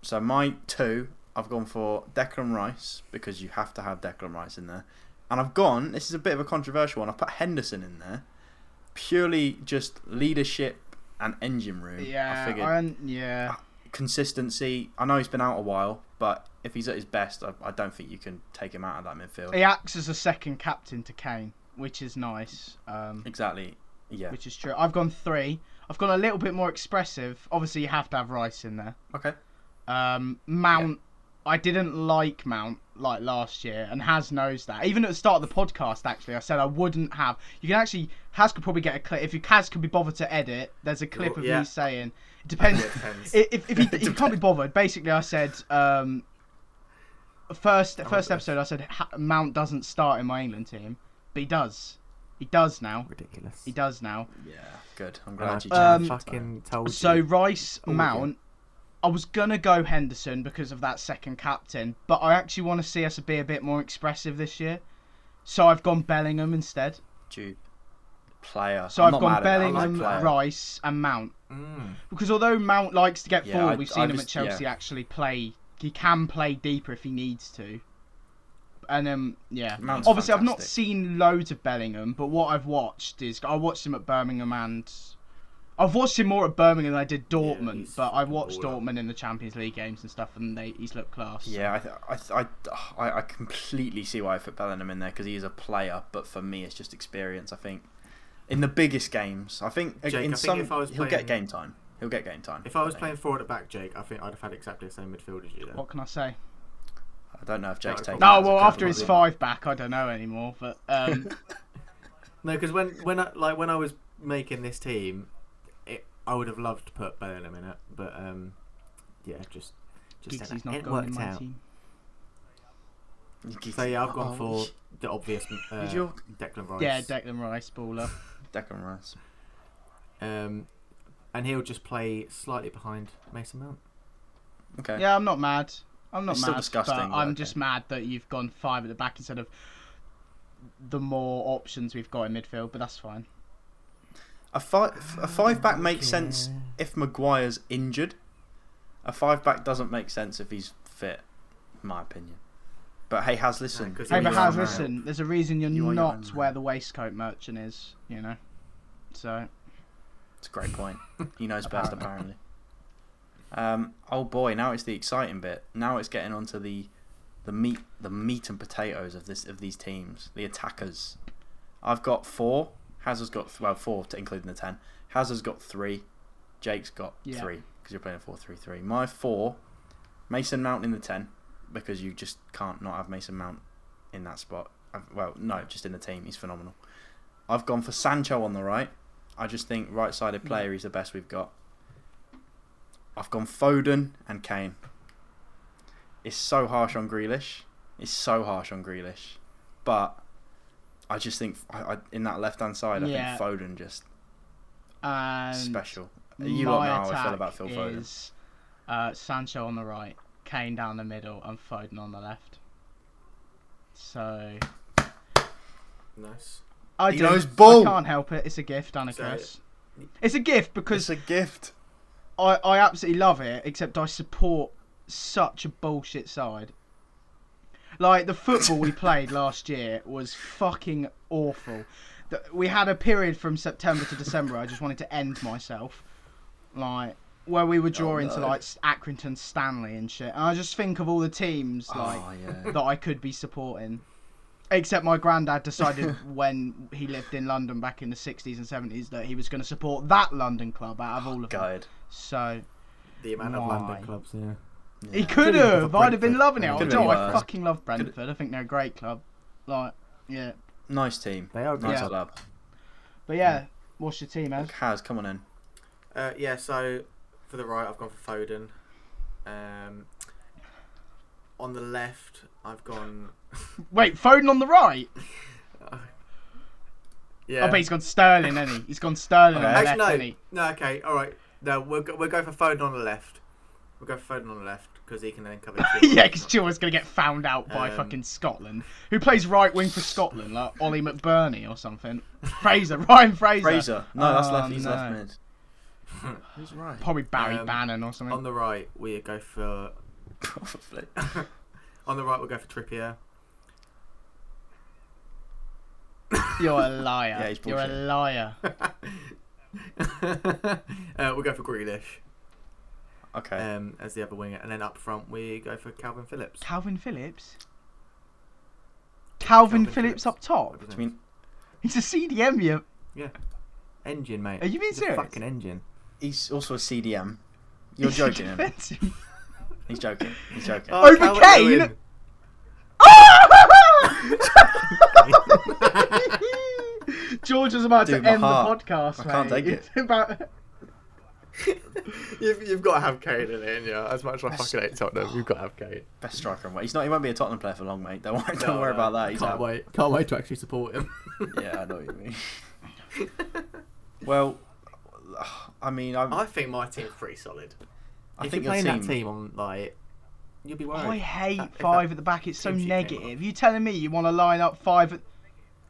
Speaker 1: So my two, I've gone for Declan Rice because you have to have Declan Rice in there, and I've gone. This is a bit of a controversial one. I've put Henderson in there, purely just leadership and engine room.
Speaker 3: Yeah.
Speaker 1: I
Speaker 3: I
Speaker 1: figured Ah.
Speaker 3: un- yeah.
Speaker 1: consistency. I know he's been out a while, but if he's at his best, I, I don't think you can take him out of that midfield.
Speaker 3: He acts as a second captain to Kane, which is nice. Um,
Speaker 1: Exactly. Yeah.
Speaker 3: which is true. I've gone three. I've gone a little bit more expressive. Obviously, you have to have Rice in there.
Speaker 1: Okay.
Speaker 3: Um, Mount, I didn't like Mount like last year, and Has knows that. Even at the start of the podcast, actually, I said I wouldn't have. You can actually Has could probably get a clip if you Has could be bothered to edit. There's a clip of
Speaker 5: yeah.
Speaker 3: me saying it depends.
Speaker 5: Yeah, depends.
Speaker 3: if if, if, you, if you can't be bothered, basically, I said. Um, First, first episode, I said "Ha- Mount doesn't start in my England team, but he does. He does now.
Speaker 5: Ridiculous.
Speaker 3: He does now.
Speaker 1: Yeah. Good. I'm
Speaker 5: And I
Speaker 1: glad you.
Speaker 3: Um,
Speaker 1: changed it.
Speaker 5: fucking told you. Oh,
Speaker 3: So Rice
Speaker 5: we
Speaker 3: Mount, I was gonna go Henderson because of that second captain, but I actually want to see us be a bit more expressive this year. So I've gone Bellingham instead.
Speaker 1: Jude. Player.
Speaker 3: So
Speaker 1: i
Speaker 3: have gone Bellingham,
Speaker 1: I like player.
Speaker 3: Rice, and Mount.
Speaker 5: Mm.
Speaker 3: Because although Mount likes to get
Speaker 1: Yeah,
Speaker 3: forward,
Speaker 1: I-
Speaker 3: we've
Speaker 1: I
Speaker 3: seen him
Speaker 1: was-
Speaker 3: at Chelsea
Speaker 1: yeah.
Speaker 3: actually play. He can play deeper if he needs to. And um, yeah,
Speaker 1: Mount's
Speaker 3: obviously I've not
Speaker 1: fantastic.
Speaker 3: seen loads of Bellingham, but what I've watched is I watched him at Birmingham and I've watched him more at Birmingham than I did Dortmund,
Speaker 2: he's
Speaker 3: but I
Speaker 2: fucking
Speaker 3: watched
Speaker 2: baller.
Speaker 3: Dortmund in the Champions League games and stuff, and they he's looked class.
Speaker 1: Yeah, I, th- I, th- I, I, I completely see why I put Bellingham in there because he is a player, but for me, it's just experience. I think in the biggest games, I think
Speaker 2: Jake, I
Speaker 1: in
Speaker 2: think
Speaker 1: some
Speaker 2: if I was
Speaker 1: he'll get
Speaker 2: playing-
Speaker 1: game time. He'll get game time.
Speaker 2: If I was
Speaker 1: think.
Speaker 2: playing forward at back, Jake, I think I'd have had exactly the same midfield as you. Then.
Speaker 3: What can I say?
Speaker 1: I don't know if Jake's
Speaker 2: No,
Speaker 1: taking.
Speaker 2: Yeah,
Speaker 3: No,
Speaker 1: that as a
Speaker 3: well, after
Speaker 1: compliment.
Speaker 3: his five back, I don't know anymore. But um,
Speaker 2: No, because when when I, like when I was making this team, it, I would have loved to put Bellingham in it, but um, yeah, just just
Speaker 3: Giggs
Speaker 2: don't
Speaker 3: is
Speaker 2: know.
Speaker 3: not
Speaker 2: it
Speaker 3: going in
Speaker 2: worked
Speaker 3: my
Speaker 2: out.
Speaker 3: team.
Speaker 1: Geeks.
Speaker 2: So yeah, I've
Speaker 1: Oh,
Speaker 2: gone for the obvious uh,
Speaker 1: Did you-
Speaker 2: Declan Rice.
Speaker 3: Yeah, Declan Rice, baller.
Speaker 1: Declan Rice.
Speaker 2: um, and he'll just play slightly behind Mason Mount.
Speaker 1: Okay.
Speaker 3: Yeah, I'm not mad. I'm not
Speaker 1: It's
Speaker 3: mad.
Speaker 1: still disgusting,
Speaker 3: But
Speaker 1: but
Speaker 3: I'm
Speaker 1: okay.
Speaker 3: just mad that you've gone five at the back instead of the more options we've got in midfield. But that's fine.
Speaker 1: A five a five back makes sense if Maguire's injured. A five back doesn't make sense if he's fit, in my opinion. But hey, has listen.
Speaker 2: 'cause
Speaker 3: Hey,
Speaker 2: You're
Speaker 3: but
Speaker 2: your
Speaker 3: Haz,
Speaker 2: own man.
Speaker 3: listen. There's a reason you're
Speaker 1: You are your own
Speaker 3: not
Speaker 1: man.
Speaker 3: where the waistcoat merchant is. You know. So
Speaker 1: It's a great point. He knows best apparently. Um, oh boy, now it's the exciting bit. Now it's getting onto the the meat the meat and potatoes of this of these teams, the attackers. I've got four. Hazard's got th- well four, to including the ten. Hazard's got three. Jake's got
Speaker 3: Yeah.
Speaker 1: three because you're playing a four-three-three. My four, Mason Mount in the ten because you just can't not have Mason Mount in that spot. I've- Well, no, just in the team, he's phenomenal. I've gone for Sancho on the right. I just think right-sided player is the best we've got. I've gone Foden and Kane. It's so harsh on Grealish. It's so harsh on Grealish, but I just think I, I, in that left-hand side, I
Speaker 3: Yeah.
Speaker 1: think Foden just
Speaker 3: and
Speaker 1: special. You lot
Speaker 3: my
Speaker 1: know how I
Speaker 3: attack
Speaker 1: feel about Phil Foden.
Speaker 3: is uh, Sancho on the right, Kane down the middle, and Foden on the left. So
Speaker 2: Nice.
Speaker 3: I
Speaker 1: He
Speaker 3: do.
Speaker 1: knows ball.
Speaker 3: I can't help it. It's a gift and a
Speaker 2: So-
Speaker 3: curse. It's a gift because
Speaker 1: It's a gift.
Speaker 3: I, I absolutely love it, except I support such a bullshit side. Like the football we played last year was fucking awful. The- We had a period from September to December. I just wanted to end myself, like where we were drawing to
Speaker 1: Oh, no.
Speaker 3: like Accrington Stanley and shit. And I just think of all the teams like
Speaker 1: oh yeah.
Speaker 3: that I could be supporting. Except my granddad decided when he lived in London back in the 60s and 70s that he was going to support that London club out of all of them.
Speaker 1: Guide.
Speaker 3: So
Speaker 2: The amount of
Speaker 3: Why?
Speaker 2: London clubs, yeah.
Speaker 3: He
Speaker 1: Yeah.
Speaker 3: could
Speaker 2: Could've been
Speaker 3: have.
Speaker 2: for
Speaker 3: I'd have been
Speaker 2: Brentford.
Speaker 3: loving it. I
Speaker 1: Could've
Speaker 3: do.
Speaker 1: been
Speaker 3: I
Speaker 1: worse.
Speaker 3: fucking love Brentford. I think they're a great club. Like, yeah.
Speaker 1: Nice team.
Speaker 2: They are a good
Speaker 1: Nice
Speaker 3: Yeah.
Speaker 1: club.
Speaker 3: But yeah, what's your team, Ez?
Speaker 1: Has come on in.
Speaker 2: Uh, yeah, so for the right, I've gone for Foden. Um, on the left, I've gone.
Speaker 3: Wait, Foden on the right.
Speaker 2: Yeah.
Speaker 3: I bet he's gone Sterling, has he? He's gone Sterling Oh, on the
Speaker 2: Actually,
Speaker 3: left,
Speaker 2: no.
Speaker 3: hasn't he?
Speaker 2: No, okay, all right. No, we'll go, we'll go for Foden on the left. We'll go for Foden on the left because he can then cover. Chilwell.
Speaker 3: yeah, because Chilwell's gonna get found out by
Speaker 2: Um,
Speaker 3: fucking Scotland. Who plays right wing for Scotland, like Ollie McBurney or something? Fraser, Ryan Fraser.
Speaker 1: Fraser. No, that's left.
Speaker 3: Oh,
Speaker 1: He's
Speaker 3: no.
Speaker 1: left mid. Who's right?
Speaker 3: Probably Barry
Speaker 2: Um,
Speaker 3: Bannon or something.
Speaker 2: on the right, we go for.
Speaker 1: Probably.
Speaker 2: On the right, we'll go for Trippier.
Speaker 3: You're a liar.
Speaker 1: Yeah, he's
Speaker 3: You're a
Speaker 1: bullshit.
Speaker 3: liar.
Speaker 2: uh, we'll go for Grealish
Speaker 1: Okay.
Speaker 2: um, as the other winger, and then up front we go for Calvin Phillips.
Speaker 3: Calvin Phillips. Calvin,
Speaker 2: Calvin
Speaker 3: Phillips,
Speaker 2: Phillips.
Speaker 3: up top.
Speaker 1: Do you mean
Speaker 3: He's a CDM, you
Speaker 2: Engine, mate.
Speaker 3: Are you being
Speaker 2: He's a
Speaker 3: serious?
Speaker 2: Fucking engine.
Speaker 1: he's also a CDM? You're joking. him.
Speaker 3: defensive.
Speaker 1: He's joking. He's joking.
Speaker 3: Oh, Over Kane?
Speaker 2: Calvert-Lewin.
Speaker 3: George is about
Speaker 1: Dude,
Speaker 3: to
Speaker 1: my
Speaker 3: end
Speaker 1: heart.
Speaker 3: the podcast,
Speaker 1: I can't
Speaker 3: mate.
Speaker 1: take it.
Speaker 3: It's about-
Speaker 2: You've, you've got to have Kane in it, yeah. As much as I
Speaker 1: That's-
Speaker 2: fucking hate Tottenham, you've got to have Kane.
Speaker 1: Best striker in world. He's not. He won't be a Tottenham player for long, mate. Don't worry. Don't
Speaker 2: No,
Speaker 1: worry
Speaker 2: no,
Speaker 1: about that. He's
Speaker 2: can't
Speaker 1: out.
Speaker 2: wait. Can't wait to actually support him.
Speaker 1: Yeah, I know what you mean. well, I mean, I'm,
Speaker 2: I
Speaker 1: I,
Speaker 2: think my team's pretty solid. if
Speaker 1: think
Speaker 2: you're
Speaker 1: your
Speaker 2: playing
Speaker 1: team,
Speaker 2: that team on like, you'll be worried.
Speaker 3: I hate
Speaker 2: That- if
Speaker 3: five
Speaker 2: that-
Speaker 3: at the back. It's so
Speaker 2: teams you came up.
Speaker 3: negative. You telling me you want to line up five at?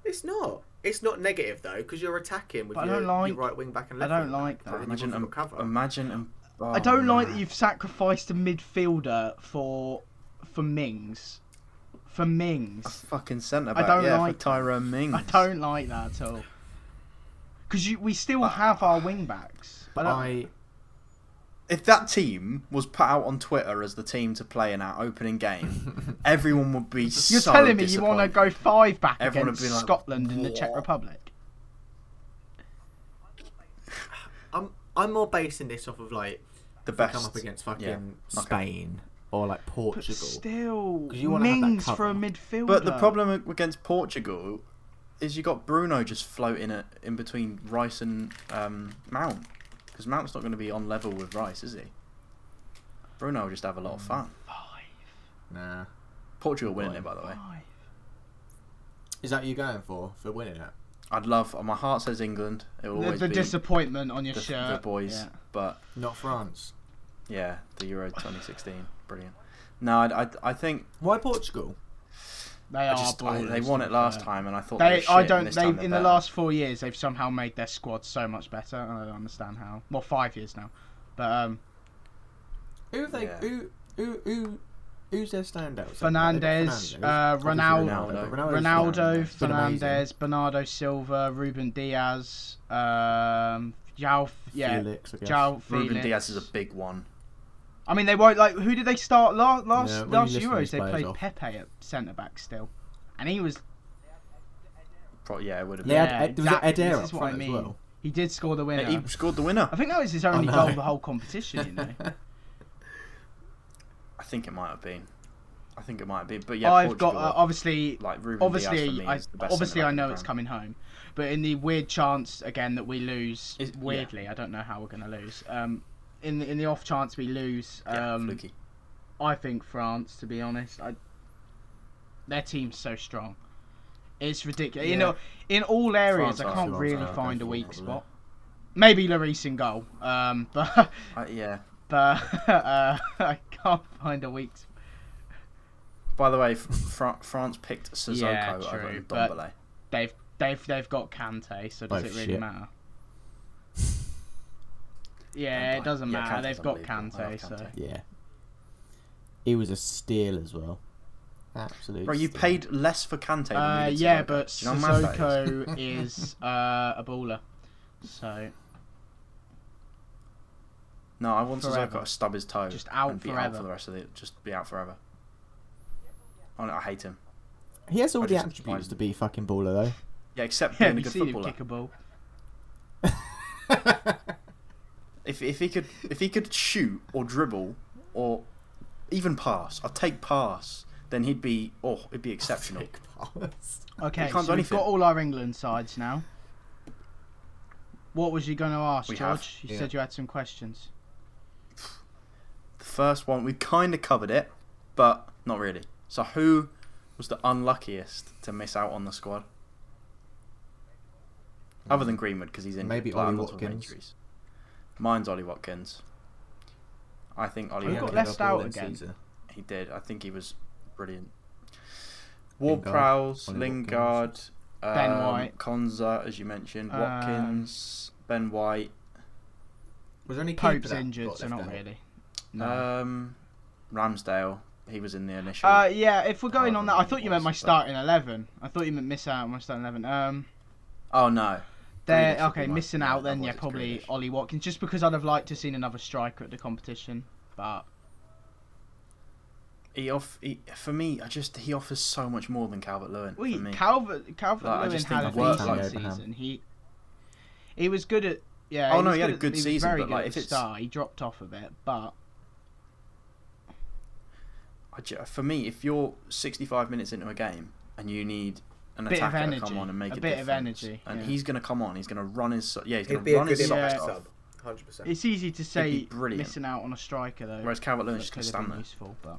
Speaker 2: It's not. It's not negative though, because you're attacking with
Speaker 3: But I
Speaker 2: your,
Speaker 3: don't like-
Speaker 2: your right wing back and
Speaker 3: I
Speaker 2: left.
Speaker 3: don't
Speaker 2: wing
Speaker 3: like
Speaker 2: back,
Speaker 3: that.
Speaker 2: so then you've
Speaker 1: Imagine,
Speaker 2: also
Speaker 1: um,
Speaker 2: got cover.
Speaker 1: imagine. Um, oh,
Speaker 3: I don't like
Speaker 1: man.
Speaker 3: that you've sacrificed a midfielder for for Mings. For
Speaker 1: A
Speaker 3: Mings,
Speaker 1: fucking centre
Speaker 3: I
Speaker 1: back.
Speaker 3: don't
Speaker 1: yeah,
Speaker 3: like
Speaker 1: for
Speaker 3: that.
Speaker 1: Tyrone Mings.
Speaker 3: I don't like that at all. because we still have our wing backs.
Speaker 2: But I,
Speaker 1: If that team was put out on Twitter as the team to play in our opening game, everyone would be
Speaker 3: You're
Speaker 1: so
Speaker 3: telling me you want to
Speaker 1: disappointed.
Speaker 3: go five back
Speaker 1: Everyone would
Speaker 3: against
Speaker 1: be like,
Speaker 3: Scotland and the Czech
Speaker 1: "What?"
Speaker 3: Republic?
Speaker 2: I'm I'm more basing this off of like
Speaker 1: the
Speaker 2: if we come
Speaker 1: best.
Speaker 2: up against fucking
Speaker 1: Yeah, okay.
Speaker 2: Spain or like
Speaker 3: But
Speaker 2: Portugal.
Speaker 3: still,
Speaker 2: 'Cause you wanna have that
Speaker 3: Mings for a
Speaker 2: cover.
Speaker 3: midfielder.
Speaker 1: But the problem ag- against Portugal is you got Bruno just floating at, in between Rice and um, Mount because Mount's not going to be on level with Rice, is he? Bruno will just have a lot of
Speaker 3: Mm.
Speaker 1: fun.
Speaker 3: Five,
Speaker 2: Nah,
Speaker 1: Portugal winning it, by the way.
Speaker 3: five.
Speaker 2: is that you going for for winning it?
Speaker 1: I'd love. My heart says England. It will
Speaker 3: The,
Speaker 1: always
Speaker 3: the
Speaker 1: be
Speaker 3: disappointment on your
Speaker 1: the,
Speaker 3: shirt.
Speaker 1: the boys,
Speaker 3: Yeah.
Speaker 1: but
Speaker 2: Not France.
Speaker 1: yeah, the Euro 2016, brilliant. No, I, I, I think
Speaker 2: Why Portugal?
Speaker 3: They
Speaker 1: I
Speaker 3: are
Speaker 1: just, I,
Speaker 3: ballers,
Speaker 1: they won
Speaker 3: to
Speaker 1: it
Speaker 3: be
Speaker 1: last
Speaker 3: fair.
Speaker 1: time, and I thought they,
Speaker 3: They,
Speaker 1: were shit,
Speaker 3: I
Speaker 1: and
Speaker 3: don't.
Speaker 1: this
Speaker 3: They
Speaker 1: time
Speaker 3: in
Speaker 1: they're
Speaker 3: the
Speaker 1: better.
Speaker 3: last four years, they've somehow made their squad so much better. I don't understand how. Well, five years now, but um,
Speaker 2: Who have they?
Speaker 1: Yeah.
Speaker 2: Who who who? Who's their standouts?
Speaker 3: Fernandes, uh,
Speaker 1: Ronaldo.
Speaker 3: Ronaldo, Ronaldo,
Speaker 2: It's been amazing.
Speaker 3: Fernandez, Bernardo Silva, Ruben Diaz, um, Jao, yeah,
Speaker 2: Felix, I guess.
Speaker 3: Jao Felix.
Speaker 1: Ruben Diaz is a big one.
Speaker 3: I mean, they won't like. Who did they start last last
Speaker 2: Yeah, when you
Speaker 3: last
Speaker 2: listen to
Speaker 3: Euros?
Speaker 2: these
Speaker 3: They
Speaker 2: players
Speaker 3: played
Speaker 2: off.
Speaker 3: Pepe at centre back still, and he was
Speaker 1: Pro- yeah, it would have
Speaker 2: They
Speaker 1: been.
Speaker 2: had,
Speaker 3: Yeah,
Speaker 2: Ed- there was
Speaker 3: exactly,
Speaker 2: Edera
Speaker 3: this
Speaker 2: up
Speaker 3: is what
Speaker 2: front
Speaker 3: I mean.
Speaker 2: as well.
Speaker 3: he did score the winner.
Speaker 1: He scored the winner.
Speaker 3: I think that was his only
Speaker 2: know.
Speaker 3: goal of the whole competition. You know.
Speaker 1: I think it might have been. I think it might have been. But yeah,
Speaker 3: I've
Speaker 1: Portugal,
Speaker 3: got uh, obviously
Speaker 1: like Ruben Diaz for
Speaker 3: obviously
Speaker 1: me
Speaker 3: I,
Speaker 1: is the best
Speaker 3: obviously I
Speaker 1: centre-back in
Speaker 3: know
Speaker 1: the
Speaker 3: it's
Speaker 1: Prem.
Speaker 3: coming home, but in the weird chance again that we lose
Speaker 1: Is- yeah.
Speaker 3: weirdly, I don't know how we're going to lose. Um, in the, in the off chance we lose,
Speaker 1: Yeah,
Speaker 3: um,
Speaker 1: fluky.
Speaker 3: I think France. To be honest, I, their team's so strong, it's ridiculous. You
Speaker 2: Yeah.
Speaker 3: know, in all
Speaker 1: France
Speaker 3: areas,
Speaker 1: uh,
Speaker 3: I
Speaker 1: are
Speaker 3: can't
Speaker 1: strong,
Speaker 3: really
Speaker 1: so I
Speaker 3: find a
Speaker 2: think
Speaker 3: weak
Speaker 2: probably.
Speaker 3: spot. Maybe Lloris in goal, um, but
Speaker 1: Uh, yeah.
Speaker 3: but uh, I can't find a weak. spot.
Speaker 1: By the way, Fr- Fran- France picked Sissoko
Speaker 3: Yeah,
Speaker 1: over
Speaker 3: true,
Speaker 1: than
Speaker 3: but-
Speaker 1: Dombele.
Speaker 3: They've they've they've got Kante, so does
Speaker 2: Oh,
Speaker 3: it really
Speaker 2: shit.
Speaker 3: matter? Yeah,
Speaker 1: Kante.
Speaker 3: it doesn't
Speaker 1: Yeah,
Speaker 3: matter.
Speaker 1: Kante's
Speaker 3: They've got
Speaker 1: unbelievable. I
Speaker 3: Kante,
Speaker 1: love
Speaker 3: so
Speaker 1: Kante.
Speaker 2: Yeah.
Speaker 5: He was a steal as well. Absolutely.
Speaker 1: Bro, you
Speaker 5: steal.
Speaker 1: paid less for Kante. Than
Speaker 3: uh,
Speaker 1: you did
Speaker 3: yeah.
Speaker 1: Sissoko.
Speaker 3: But
Speaker 1: Do you know how mad that is?
Speaker 3: Sissoko is uh, a baller, so
Speaker 1: No, I want
Speaker 3: forever.
Speaker 1: Sissoko to stub his toe.
Speaker 3: Just out
Speaker 1: and be out
Speaker 3: forever.
Speaker 1: for the rest of it. Just be out forever. Oh, no, I hate him.
Speaker 5: He has all
Speaker 1: I
Speaker 5: the
Speaker 1: just
Speaker 5: attributes
Speaker 1: despise
Speaker 5: to be fucking baller
Speaker 1: Yeah, except
Speaker 3: yeah.
Speaker 1: being a
Speaker 3: You
Speaker 1: good
Speaker 3: see him
Speaker 1: footballer.
Speaker 3: kick a ball.
Speaker 5: though.
Speaker 1: If if he could if he could shoot or dribble or even pass, I'd take pass. Then he'd be oh, it'd be exceptional.
Speaker 3: Okay,
Speaker 1: can't do
Speaker 3: so we've got
Speaker 1: anything.
Speaker 3: all our England sides now. What was you going to ask,
Speaker 1: We have,
Speaker 3: George? You
Speaker 2: yeah.
Speaker 3: said you had some questions.
Speaker 1: The first one we kind of covered it, but not really. So who was the unluckiest to miss out on the squad? Other than Greenwood because he's injured.
Speaker 2: Maybe
Speaker 1: but I'm
Speaker 2: Ollie
Speaker 1: not talking about
Speaker 2: Watkins.
Speaker 1: injuries. Mine's Ollie Watkins. I think Ollie
Speaker 3: Who
Speaker 1: Watkins.
Speaker 3: got left out again?
Speaker 1: He did. I think he was brilliant. Ward
Speaker 2: Lingard,
Speaker 1: Prowse,
Speaker 2: Ollie
Speaker 1: Lingard, um,
Speaker 3: Ben White.
Speaker 1: Konza, as you mentioned,
Speaker 3: Um,
Speaker 1: Watkins, Ben White,
Speaker 2: Was there any
Speaker 3: Pope's injured, so not really. No.
Speaker 1: um, Ramsdale. He was in the initial.
Speaker 3: Uh, yeah, if we're going on that, I
Speaker 1: However
Speaker 3: thought
Speaker 1: it
Speaker 3: you meant
Speaker 1: was,
Speaker 3: my
Speaker 1: but-
Speaker 3: starting eleven. I thought you meant miss out on my starting eleven. Um,
Speaker 1: oh no,
Speaker 3: they're
Speaker 1: Grealish would be
Speaker 3: okay,
Speaker 1: my-
Speaker 3: missing
Speaker 1: no,
Speaker 3: out then.
Speaker 1: otherwise
Speaker 3: Yeah,
Speaker 1: it's
Speaker 3: probably
Speaker 1: Grealish.
Speaker 3: Ollie Watkins, just because I'd have liked to have seen another striker at the competition. But
Speaker 1: He off he, for me. I just he offers so much more than Calvert Lewin. for
Speaker 3: we
Speaker 1: me.
Speaker 3: Calvert Calvert
Speaker 1: Like, I
Speaker 3: Lewin
Speaker 1: just
Speaker 3: had a
Speaker 1: think I've
Speaker 3: decent
Speaker 1: worked
Speaker 5: like Abraham.
Speaker 3: season. He he was good at yeah.
Speaker 1: Oh, no,
Speaker 3: was
Speaker 1: he had a
Speaker 3: at-
Speaker 1: good
Speaker 3: was
Speaker 1: season,
Speaker 3: very
Speaker 1: but,
Speaker 3: good
Speaker 1: like,
Speaker 3: at
Speaker 1: if
Speaker 3: the
Speaker 1: it's-
Speaker 3: start, he dropped off a bit, but
Speaker 1: I ju- for me, if you're 65 minutes into a game and you need an
Speaker 3: Bit of
Speaker 1: attacker
Speaker 3: energy,
Speaker 1: to come on and make
Speaker 3: a
Speaker 1: a,
Speaker 3: bit of
Speaker 1: difference,
Speaker 3: energy,
Speaker 1: and
Speaker 3: yeah.
Speaker 1: he's going to come on, he's going to run his so- yeah, he's
Speaker 4: He'd
Speaker 1: going to
Speaker 4: be a
Speaker 1: run
Speaker 4: good
Speaker 1: his
Speaker 3: impact
Speaker 1: socks
Speaker 4: impact
Speaker 3: Yeah.
Speaker 1: off.
Speaker 4: sub. 100%.
Speaker 3: it's easy to say
Speaker 1: brilliant.
Speaker 3: missing out on a striker though.
Speaker 1: Whereas Calvert Lewin's just
Speaker 3: that
Speaker 1: going to
Speaker 3: could have
Speaker 1: stand there.
Speaker 3: been useful,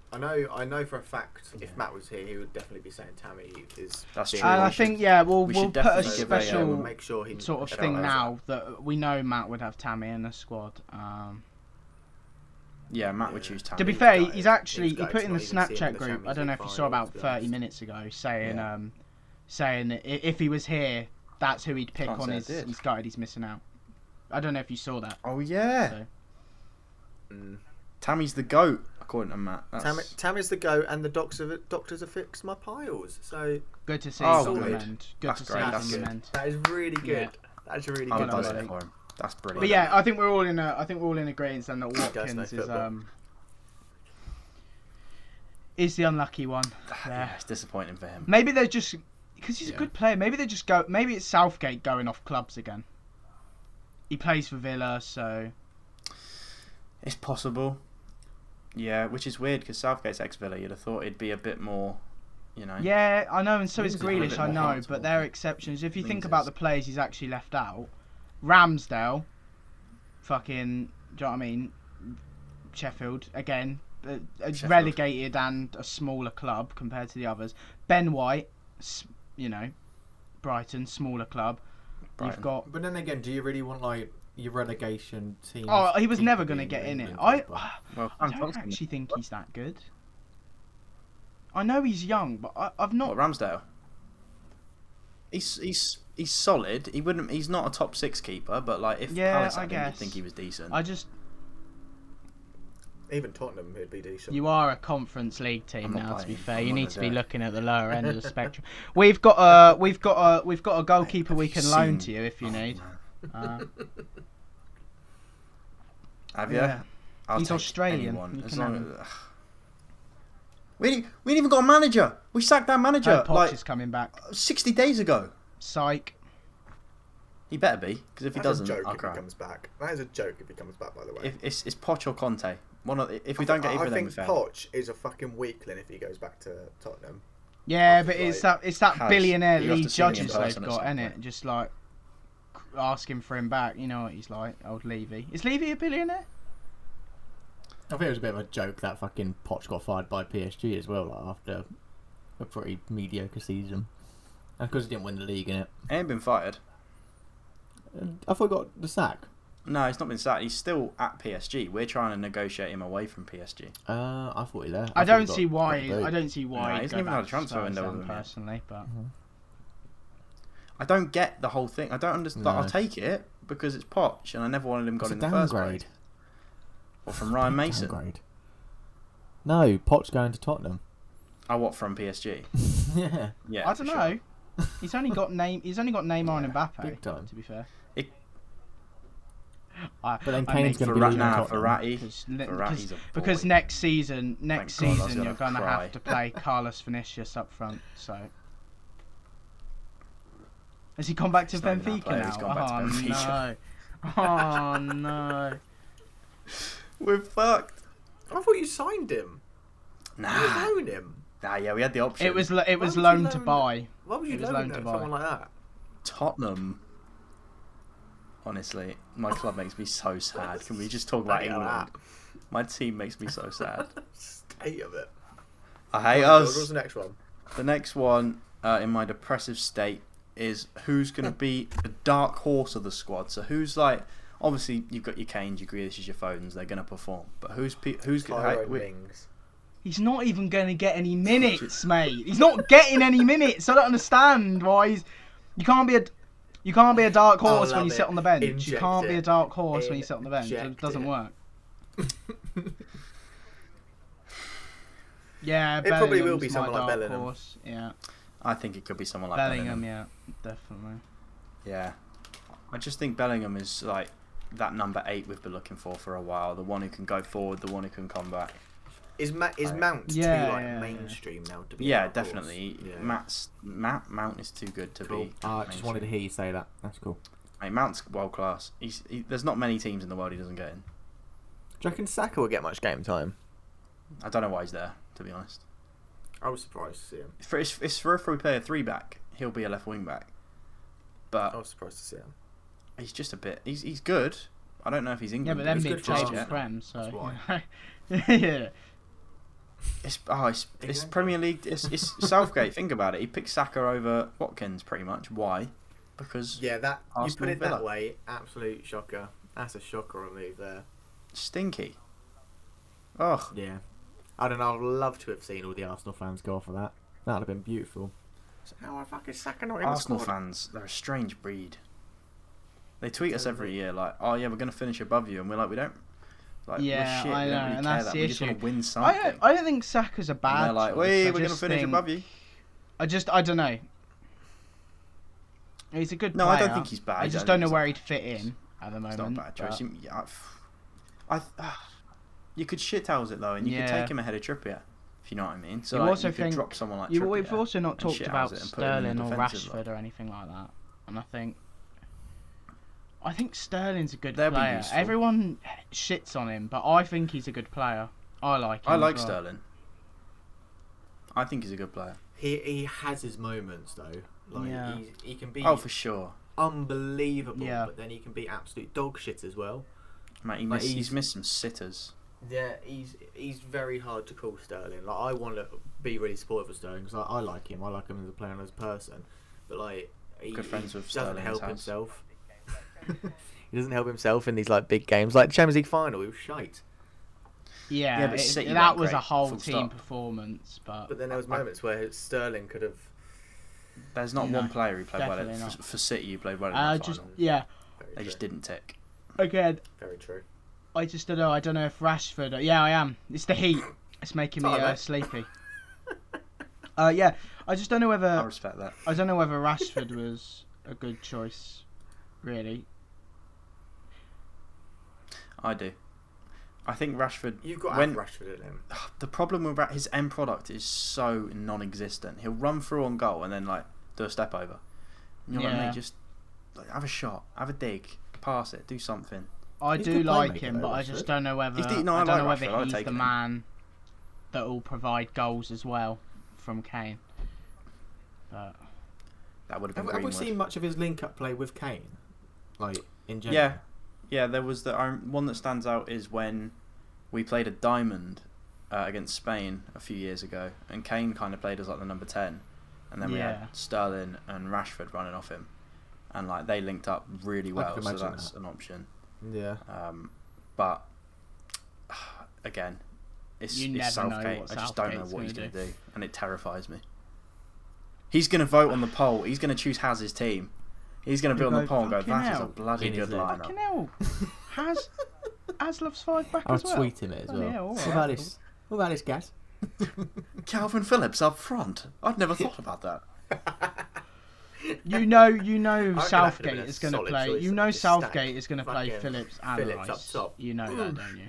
Speaker 3: but
Speaker 2: I know. I know for a fact. If
Speaker 1: Yeah.
Speaker 2: Matt was here, he would definitely be saying Tammy is.
Speaker 1: That's
Speaker 2: big.
Speaker 1: true.
Speaker 3: and
Speaker 1: we
Speaker 3: I
Speaker 1: should-
Speaker 3: think yeah, we'll
Speaker 1: we
Speaker 3: we'll
Speaker 1: should
Speaker 3: put a
Speaker 1: definitely give a, uh,
Speaker 2: So we'll
Speaker 3: special
Speaker 2: make sure he
Speaker 3: sort of
Speaker 2: shout
Speaker 3: thing
Speaker 2: those out.
Speaker 3: now that we know Matt would have Tammy in the squad. Um,
Speaker 1: yeah, Matt would
Speaker 2: Yeah.
Speaker 1: choose Tammy.
Speaker 3: to be
Speaker 2: he's
Speaker 3: fair,
Speaker 2: gutted.
Speaker 3: he's actually
Speaker 2: He's
Speaker 3: he
Speaker 2: gutted
Speaker 3: put
Speaker 2: to
Speaker 3: in the
Speaker 2: not even see him in
Speaker 3: Snapchat
Speaker 2: the
Speaker 3: group. I
Speaker 2: Champions
Speaker 3: don't know if
Speaker 2: League
Speaker 3: you saw
Speaker 2: final,
Speaker 3: about
Speaker 2: to be
Speaker 3: thirty
Speaker 2: honest.
Speaker 3: minutes ago saying
Speaker 1: Yeah.
Speaker 3: um, saying that i- if he was here, that's who he'd pick
Speaker 1: Can't
Speaker 3: on.
Speaker 1: say I
Speaker 3: His
Speaker 1: did.
Speaker 3: he's gutted, he's missing out. I don't know if you saw that.
Speaker 1: oh yeah,
Speaker 3: So-
Speaker 2: Mm.
Speaker 1: Tammy's the goat, according to Matt. That's,
Speaker 2: Tam, Tam is the goat, and the doctors have, doctors have fixed my piles. So
Speaker 3: Good to see
Speaker 1: Oh,
Speaker 3: he's on the
Speaker 1: good.
Speaker 3: mend. Good
Speaker 1: That's
Speaker 3: to
Speaker 1: great,
Speaker 3: see he's
Speaker 1: that's
Speaker 3: on the
Speaker 1: good.
Speaker 3: mend.
Speaker 2: that is really good.
Speaker 3: Yeah.
Speaker 2: That's a really
Speaker 1: I
Speaker 2: good.
Speaker 1: would
Speaker 3: Good on
Speaker 1: buzz
Speaker 3: that.
Speaker 1: it for him. That's brilliant.
Speaker 3: But yeah, I think we're all in a. I think we're all in agreement then that
Speaker 2: He does know
Speaker 3: Watkins is
Speaker 2: football.
Speaker 3: um is the unlucky one.
Speaker 1: yeah, it's disappointing for him.
Speaker 3: Maybe they're just because he's
Speaker 1: Yeah.
Speaker 3: a good player. Maybe they just go. Maybe it's Southgate going off clubs again. He plays for Villa, so
Speaker 1: It's possible. Yeah, which is weird because Southgate's ex Villa. You'd have thought it'd be a bit more, you know.
Speaker 3: yeah, I know, and so
Speaker 1: Leeds
Speaker 3: is
Speaker 1: is a bit
Speaker 3: Grealish. I
Speaker 1: more
Speaker 3: know,
Speaker 1: hard to
Speaker 3: but
Speaker 1: walk
Speaker 3: they're
Speaker 1: in.
Speaker 3: exceptions. If you think
Speaker 1: Leeds
Speaker 3: about
Speaker 1: is.
Speaker 3: the players he's actually left out, Ramsdale, fucking, do you know what I mean? Sheffield again, uh, uh,
Speaker 1: Sheffield.
Speaker 3: relegated and a smaller club compared to the others. Ben White, s- you know, Brighton, smaller club.
Speaker 1: Brighton.
Speaker 3: You've got
Speaker 2: But then again, do you really want like your relegation team?
Speaker 3: Oh, he was never going to get in it. I,
Speaker 1: Well,
Speaker 3: I don't actually think he's that good. I know he's young, but I, I've
Speaker 1: What
Speaker 3: not.
Speaker 1: Ramsdale? He's he's he's solid. He wouldn't. He's not a top six keeper, but like if
Speaker 3: Yeah,
Speaker 1: Palace
Speaker 3: I
Speaker 1: had him, you'd
Speaker 3: guess.
Speaker 1: think he was decent.
Speaker 3: I just.
Speaker 4: Even Tottenham would be decent.
Speaker 3: You are a Conference League
Speaker 1: I'm
Speaker 3: team
Speaker 1: not
Speaker 3: now. To
Speaker 1: buying
Speaker 3: be
Speaker 1: it.
Speaker 3: fair,
Speaker 1: I'm
Speaker 3: you
Speaker 1: not
Speaker 3: need
Speaker 1: gonna
Speaker 3: to be
Speaker 1: do it.
Speaker 3: looking at the lower end of the spectrum. We've got a, we've got a, we've got a goalkeeper we
Speaker 1: you
Speaker 3: can
Speaker 1: seen-
Speaker 3: loan to you if you
Speaker 1: Oh,
Speaker 3: need.
Speaker 1: man.
Speaker 3: Uh,
Speaker 1: Have you?
Speaker 3: yeah.
Speaker 1: I'll
Speaker 3: He's
Speaker 1: take
Speaker 3: Australian.
Speaker 1: anyone,
Speaker 3: You
Speaker 1: as
Speaker 3: can
Speaker 1: long
Speaker 3: have him.
Speaker 1: as- we ain't- we ain't even got a manager. We sacked that
Speaker 3: Joe
Speaker 1: manager
Speaker 3: Poch
Speaker 1: like uh,
Speaker 3: is coming back.
Speaker 1: sixty days ago.
Speaker 3: Psych.
Speaker 1: He better be because if he
Speaker 4: That's
Speaker 1: doesn't,
Speaker 4: a joke
Speaker 1: I'll
Speaker 4: if he
Speaker 1: cry.
Speaker 4: comes back. That is a joke if he comes back, by the way.
Speaker 1: If it's, it's Poch or Conte, one of the, if we
Speaker 4: I
Speaker 1: don't
Speaker 4: thi-
Speaker 1: get either
Speaker 4: I
Speaker 1: of them, we
Speaker 4: think
Speaker 1: fail.
Speaker 4: Poch is a fucking weakling if he goes back to Tottenham.
Speaker 3: Yeah,
Speaker 4: Fucking
Speaker 3: but it's
Speaker 4: right.
Speaker 3: that it's that
Speaker 1: Has-
Speaker 3: billionaire
Speaker 1: you'll have
Speaker 3: Lee
Speaker 1: to see him in
Speaker 3: judges
Speaker 1: person
Speaker 3: they've
Speaker 1: at
Speaker 3: got,
Speaker 1: some
Speaker 3: innit?
Speaker 1: point.
Speaker 3: Just like asking for him back. You know what he's like, old Levy. Is Levy a billionaire?
Speaker 2: I think it was a bit of a joke that fucking Poch got fired by PSG as well like, after a pretty mediocre season. That's because he didn't win the league in it.
Speaker 1: He ain't been fired.
Speaker 2: I forgot the sack.
Speaker 1: No, he's not been sacked. He's still at PSG. We're trying to negotiate him away from PSG.
Speaker 2: Uh, I thought he left.
Speaker 3: I,
Speaker 2: thought he
Speaker 3: don't
Speaker 2: got-
Speaker 3: see why.
Speaker 2: got the
Speaker 3: I don't see why.
Speaker 1: No, he
Speaker 3: he'd
Speaker 1: hasn't
Speaker 3: go
Speaker 1: even
Speaker 3: back
Speaker 1: had a
Speaker 3: to
Speaker 1: transfer
Speaker 3: Spurs
Speaker 1: window
Speaker 3: then,
Speaker 1: with him yet.
Speaker 3: personally, but
Speaker 1: I don't get the whole thing. I don't understand.
Speaker 2: No.
Speaker 1: I'll take it because it's Poch, and I never wanted him
Speaker 2: boot.
Speaker 1: gone
Speaker 2: It's a
Speaker 1: in the first place.
Speaker 2: downgrade.
Speaker 1: Or from Ryan Mason.
Speaker 2: Downgrade. No, Poch going to Tottenham.
Speaker 1: I what from PSG?
Speaker 2: yeah,
Speaker 1: Yeah,
Speaker 3: I don't
Speaker 1: for sure.
Speaker 3: know. he's only got name. He's only got Neymar and Mbappe.
Speaker 2: big time.
Speaker 3: To be fair.
Speaker 1: It-
Speaker 3: I,
Speaker 2: But then
Speaker 3: I
Speaker 2: Kane's
Speaker 3: mean,
Speaker 2: gonna
Speaker 1: Verra-
Speaker 2: be leaving
Speaker 1: nah,
Speaker 2: Tottenham.
Speaker 1: Verratti.
Speaker 3: because, li-
Speaker 1: Verratti's
Speaker 3: because-
Speaker 1: a boy.
Speaker 3: because next season, next
Speaker 1: Thank God, I was
Speaker 3: season you're
Speaker 1: gonna
Speaker 3: gonna
Speaker 1: cry.
Speaker 3: have to play Carlos Vinicius up front. So has he gone back to
Speaker 1: He's not even our
Speaker 3: Benfica
Speaker 1: player,
Speaker 3: now?
Speaker 1: he's gone back to
Speaker 3: oh
Speaker 1: Benfica.
Speaker 3: no! Oh no!
Speaker 1: We're fucked.
Speaker 4: I thought you signed him. You
Speaker 1: Nah,
Speaker 4: loan him.
Speaker 1: nah, yeah, we had the option.
Speaker 3: It was lo- it
Speaker 4: would
Speaker 3: was
Speaker 4: you
Speaker 3: loan to
Speaker 4: loan-
Speaker 3: buy.
Speaker 4: Why would
Speaker 3: He
Speaker 4: you
Speaker 3: was
Speaker 4: loan
Speaker 3: loaned
Speaker 4: him
Speaker 3: to
Speaker 4: someone like that?
Speaker 1: Tottenham. Honestly, my club makes me so sad. Can we just talk about
Speaker 4: Look at
Speaker 1: England?
Speaker 4: that.
Speaker 1: My team makes me so sad.
Speaker 4: State of it.
Speaker 1: I hate
Speaker 4: George, What's
Speaker 1: us.
Speaker 4: the next one?
Speaker 1: The next one uh, in my depressive state is who's going to be the dark horse of the squad. So who's like, obviously you've got your Canes, your Grealishes, your Phones. They're going to perform, but who's pe- who's going
Speaker 4: Tyrone
Speaker 1: to?
Speaker 4: Mings.
Speaker 3: He's not even going to get any minutes, mate. He's not getting any minutes. I don't understand why he's. You can't be a. You can't be a dark
Speaker 4: I
Speaker 3: horse when
Speaker 4: love
Speaker 3: you sit
Speaker 4: it.
Speaker 3: on the bench. you
Speaker 4: Inject
Speaker 3: can't be
Speaker 4: it.
Speaker 3: a dark horse when you sit on the bench. It
Speaker 4: Inject
Speaker 3: doesn't
Speaker 4: it.
Speaker 3: work. Yeah,
Speaker 4: It probably will
Speaker 3: Bellingham's
Speaker 4: be
Speaker 3: my
Speaker 4: someone like
Speaker 3: dark
Speaker 4: Bellingham.
Speaker 3: Horse. Yeah,
Speaker 1: I think it could be someone like
Speaker 3: Bellingham.
Speaker 1: Bellingham.
Speaker 3: Yeah, definitely.
Speaker 1: Yeah, I just think Bellingham is like that number eight we've been looking for for a while. The one who can go forward, the one who can come back.
Speaker 4: Is, Ma- is
Speaker 1: Right.
Speaker 4: Mount
Speaker 3: Yeah,
Speaker 4: too like
Speaker 3: yeah, yeah.
Speaker 4: mainstream now to be?
Speaker 1: Yeah,
Speaker 4: of course?
Speaker 1: definitely.
Speaker 2: Yeah.
Speaker 1: Matt's Matt Mount is too good to
Speaker 2: cool.
Speaker 1: be.
Speaker 2: Uh, I just wanted to hear you say that. That's cool.
Speaker 1: Mate, Mount's world class. He's he, there's not many teams in the world he doesn't get in.
Speaker 2: Do you reckon Saka will get much game time?
Speaker 1: I don't know why he's there, to be honest.
Speaker 4: I was surprised to see him.
Speaker 1: For it's, it's for if we play a three back, he'll be a left wing back. But
Speaker 4: I
Speaker 2: Oh.
Speaker 4: was surprised to see him.
Speaker 1: he's just a bit. He's he's good. I don't know if he's
Speaker 3: Yeah,
Speaker 1: England.
Speaker 3: but then
Speaker 4: was
Speaker 1: good
Speaker 4: good
Speaker 3: mid
Speaker 4: for
Speaker 1: just
Speaker 3: table
Speaker 4: Arsenal.
Speaker 1: yet.
Speaker 3: prem. So
Speaker 2: why.
Speaker 3: yeah,
Speaker 1: It's oh, it's, it's
Speaker 2: England.
Speaker 1: Premier League. It's, it's Southgate. Think about it. He picked Saka over Watkins pretty much. Why? Because
Speaker 4: Yeah, that you put
Speaker 1: Arsenal
Speaker 4: it that
Speaker 1: Villa.
Speaker 4: way, absolute shocker. That's a shocker on move there.
Speaker 1: stinky. Ugh.
Speaker 2: Yeah. I don't know. I'd love to have seen all the Arsenal fans go off of that. That'd have been beautiful. So how are fucking Saka not in
Speaker 1: Arsenal
Speaker 2: the squad?
Speaker 1: fans, they're a strange breed. They tweet us every year like, "Oh yeah, we're going to finish above you," and we're like, "We don't." Like,
Speaker 3: Yeah,
Speaker 1: we're shit.
Speaker 3: I
Speaker 1: we
Speaker 3: know,
Speaker 1: don't really
Speaker 3: and
Speaker 1: care
Speaker 3: that's
Speaker 1: that.
Speaker 3: the
Speaker 1: we just want
Speaker 3: issue.
Speaker 1: to win something.
Speaker 3: I don't, I don't think Saka's a bad.
Speaker 1: and they're like,
Speaker 3: choice.
Speaker 1: "Wait,
Speaker 3: I
Speaker 1: we're gonna
Speaker 3: just
Speaker 1: finish
Speaker 3: think-
Speaker 1: above you."
Speaker 3: I just, I don't know. He's a good
Speaker 1: No,
Speaker 3: player.
Speaker 1: I don't think he's bad.
Speaker 3: I just don't know
Speaker 1: he's
Speaker 3: where
Speaker 1: a-
Speaker 3: he'd fit in at the moment.
Speaker 1: It's not a bad
Speaker 3: but-
Speaker 1: choice. You, yeah, I, I, ah, you could shit house it though, and you could
Speaker 3: Yeah.
Speaker 1: take him ahead of Trippier, if you know what I mean. So
Speaker 3: You
Speaker 1: like,
Speaker 3: also
Speaker 1: you could
Speaker 3: think-
Speaker 1: drop someone like
Speaker 3: You,
Speaker 1: Trippier.
Speaker 3: we've also not
Speaker 1: and
Speaker 3: talked
Speaker 1: shit
Speaker 3: about
Speaker 1: houses it and put him in
Speaker 3: Sterling
Speaker 1: the
Speaker 3: or
Speaker 1: defensive
Speaker 3: Rashford
Speaker 1: lot.
Speaker 3: or anything like that, and I think I think Sterling's a good
Speaker 1: They'll be
Speaker 3: player.
Speaker 1: useful.
Speaker 3: Everyone shits on him, but I think he's a good player. I like him.
Speaker 1: I
Speaker 3: as
Speaker 1: like
Speaker 3: well.
Speaker 1: Sterling. I think he's a good player.
Speaker 2: He he has his moments though. Like
Speaker 3: Yeah.
Speaker 2: he's, he can be
Speaker 1: Oh, for sure.
Speaker 2: unbelievable,
Speaker 3: Yeah.
Speaker 2: but then he can be absolute dog shit as well.
Speaker 1: Mate, he
Speaker 2: Like,
Speaker 1: missed, he's,
Speaker 2: he's-
Speaker 1: missed some sitters.
Speaker 2: Yeah, he's he's very hard to call Sterling. Like I want to be really supportive of Sterling because I, I like him. I like him as a player and as a person. But like he,
Speaker 1: Good friends
Speaker 2: he
Speaker 1: with
Speaker 2: doesn't
Speaker 1: Sterling in his
Speaker 2: help
Speaker 1: house.
Speaker 2: himself. he doesn't help himself in these like big games, like Champions League final. He was shite.
Speaker 3: Yeah,
Speaker 1: Yeah, but
Speaker 3: it-
Speaker 1: City
Speaker 3: that
Speaker 1: weren't
Speaker 3: was a
Speaker 1: great,
Speaker 3: whole
Speaker 1: full
Speaker 3: team
Speaker 1: stop.
Speaker 3: performance, but,
Speaker 2: But then there was
Speaker 1: I- I-
Speaker 2: moments where Sterling could have.
Speaker 1: There's not
Speaker 3: No,
Speaker 1: one player who played well. At,
Speaker 3: definitely
Speaker 1: for, for City, who played well in
Speaker 3: I
Speaker 1: the
Speaker 3: uh, just
Speaker 1: final.
Speaker 3: yeah.
Speaker 2: Very
Speaker 1: They just
Speaker 2: true.
Speaker 1: didn't tick.
Speaker 3: Again,
Speaker 2: Very true.
Speaker 3: I just don't know. I don't know if Rashford. uh, Yeah, I am. It's the heat. It's making me
Speaker 2: Sorry,
Speaker 3: uh,
Speaker 2: mate.
Speaker 3: sleepy. Uh, yeah, I just don't know whether
Speaker 1: I respect that.
Speaker 3: I don't know whether Rashford was a good choice, really.
Speaker 1: I do. I think Rashford.
Speaker 2: You've got to
Speaker 1: when
Speaker 2: have Rashford in him.
Speaker 1: the problem with Ra- his end product is so non-existent. He'll run through on goal and then like do a step over. And you're like,
Speaker 3: Yeah.
Speaker 1: mate, just like, have a shot, have a dig, pass it, do something.
Speaker 3: I
Speaker 2: He's a
Speaker 3: do
Speaker 2: good
Speaker 3: like
Speaker 2: playmaker,
Speaker 3: him,
Speaker 2: though,
Speaker 3: but I just
Speaker 2: Rashford.
Speaker 3: don't know whether
Speaker 1: He's de- no, I
Speaker 3: I don't
Speaker 1: like
Speaker 3: know whether
Speaker 1: Rashford, I'd
Speaker 3: he's
Speaker 1: take
Speaker 3: the
Speaker 1: him.
Speaker 3: man that will provide goals as well from Kane. But
Speaker 1: That would have been
Speaker 2: Have, have we
Speaker 1: Greenwood.
Speaker 2: seen much of his link-up play with Kane? Like in general.
Speaker 1: Yeah, yeah. There was the um, one that stands out is when we played a diamond uh, against Spain a few years ago, and Kane kind of played as like the number ten, and then we
Speaker 3: Yeah.
Speaker 1: had Sterling and Rashford running off him, and like they linked up really
Speaker 2: I
Speaker 1: well.
Speaker 2: could
Speaker 1: So
Speaker 2: imagine
Speaker 1: that's an option.
Speaker 2: Yeah.
Speaker 1: Um, but again, it's,
Speaker 3: You
Speaker 1: it's
Speaker 3: never know
Speaker 1: Southgate.
Speaker 3: what
Speaker 1: I just don't know
Speaker 3: Southgate's
Speaker 1: what he's
Speaker 3: gonna
Speaker 1: going to do, and it terrifies me. He's going to vote on the poll. He's going to choose Haz's team. He's going to be
Speaker 3: You
Speaker 1: on the
Speaker 3: go,
Speaker 1: poll and go,
Speaker 3: "Fucking
Speaker 1: "That is a
Speaker 3: hell."
Speaker 1: bloody
Speaker 2: In his
Speaker 1: good
Speaker 2: head.
Speaker 1: lineup."
Speaker 3: fucking hell, has has loves five back
Speaker 2: I'll
Speaker 3: as well.
Speaker 2: tweet him it as
Speaker 3: Bloody
Speaker 2: well.
Speaker 3: hell, Oh, all
Speaker 2: what
Speaker 3: right,
Speaker 2: about
Speaker 3: cool.
Speaker 2: this? What about this, Gas?
Speaker 1: Calvin Phillips up front. I'd never thought about that.
Speaker 3: You know, you know,
Speaker 2: that's
Speaker 3: Southgate
Speaker 2: been a
Speaker 3: is going to
Speaker 2: solid
Speaker 3: play.
Speaker 2: choice,
Speaker 3: You know,
Speaker 2: just stack
Speaker 3: Southgate is going to play
Speaker 2: fucking
Speaker 3: Phillips and
Speaker 2: Phillips up
Speaker 3: Rice.
Speaker 2: top.
Speaker 3: You know that, don't you?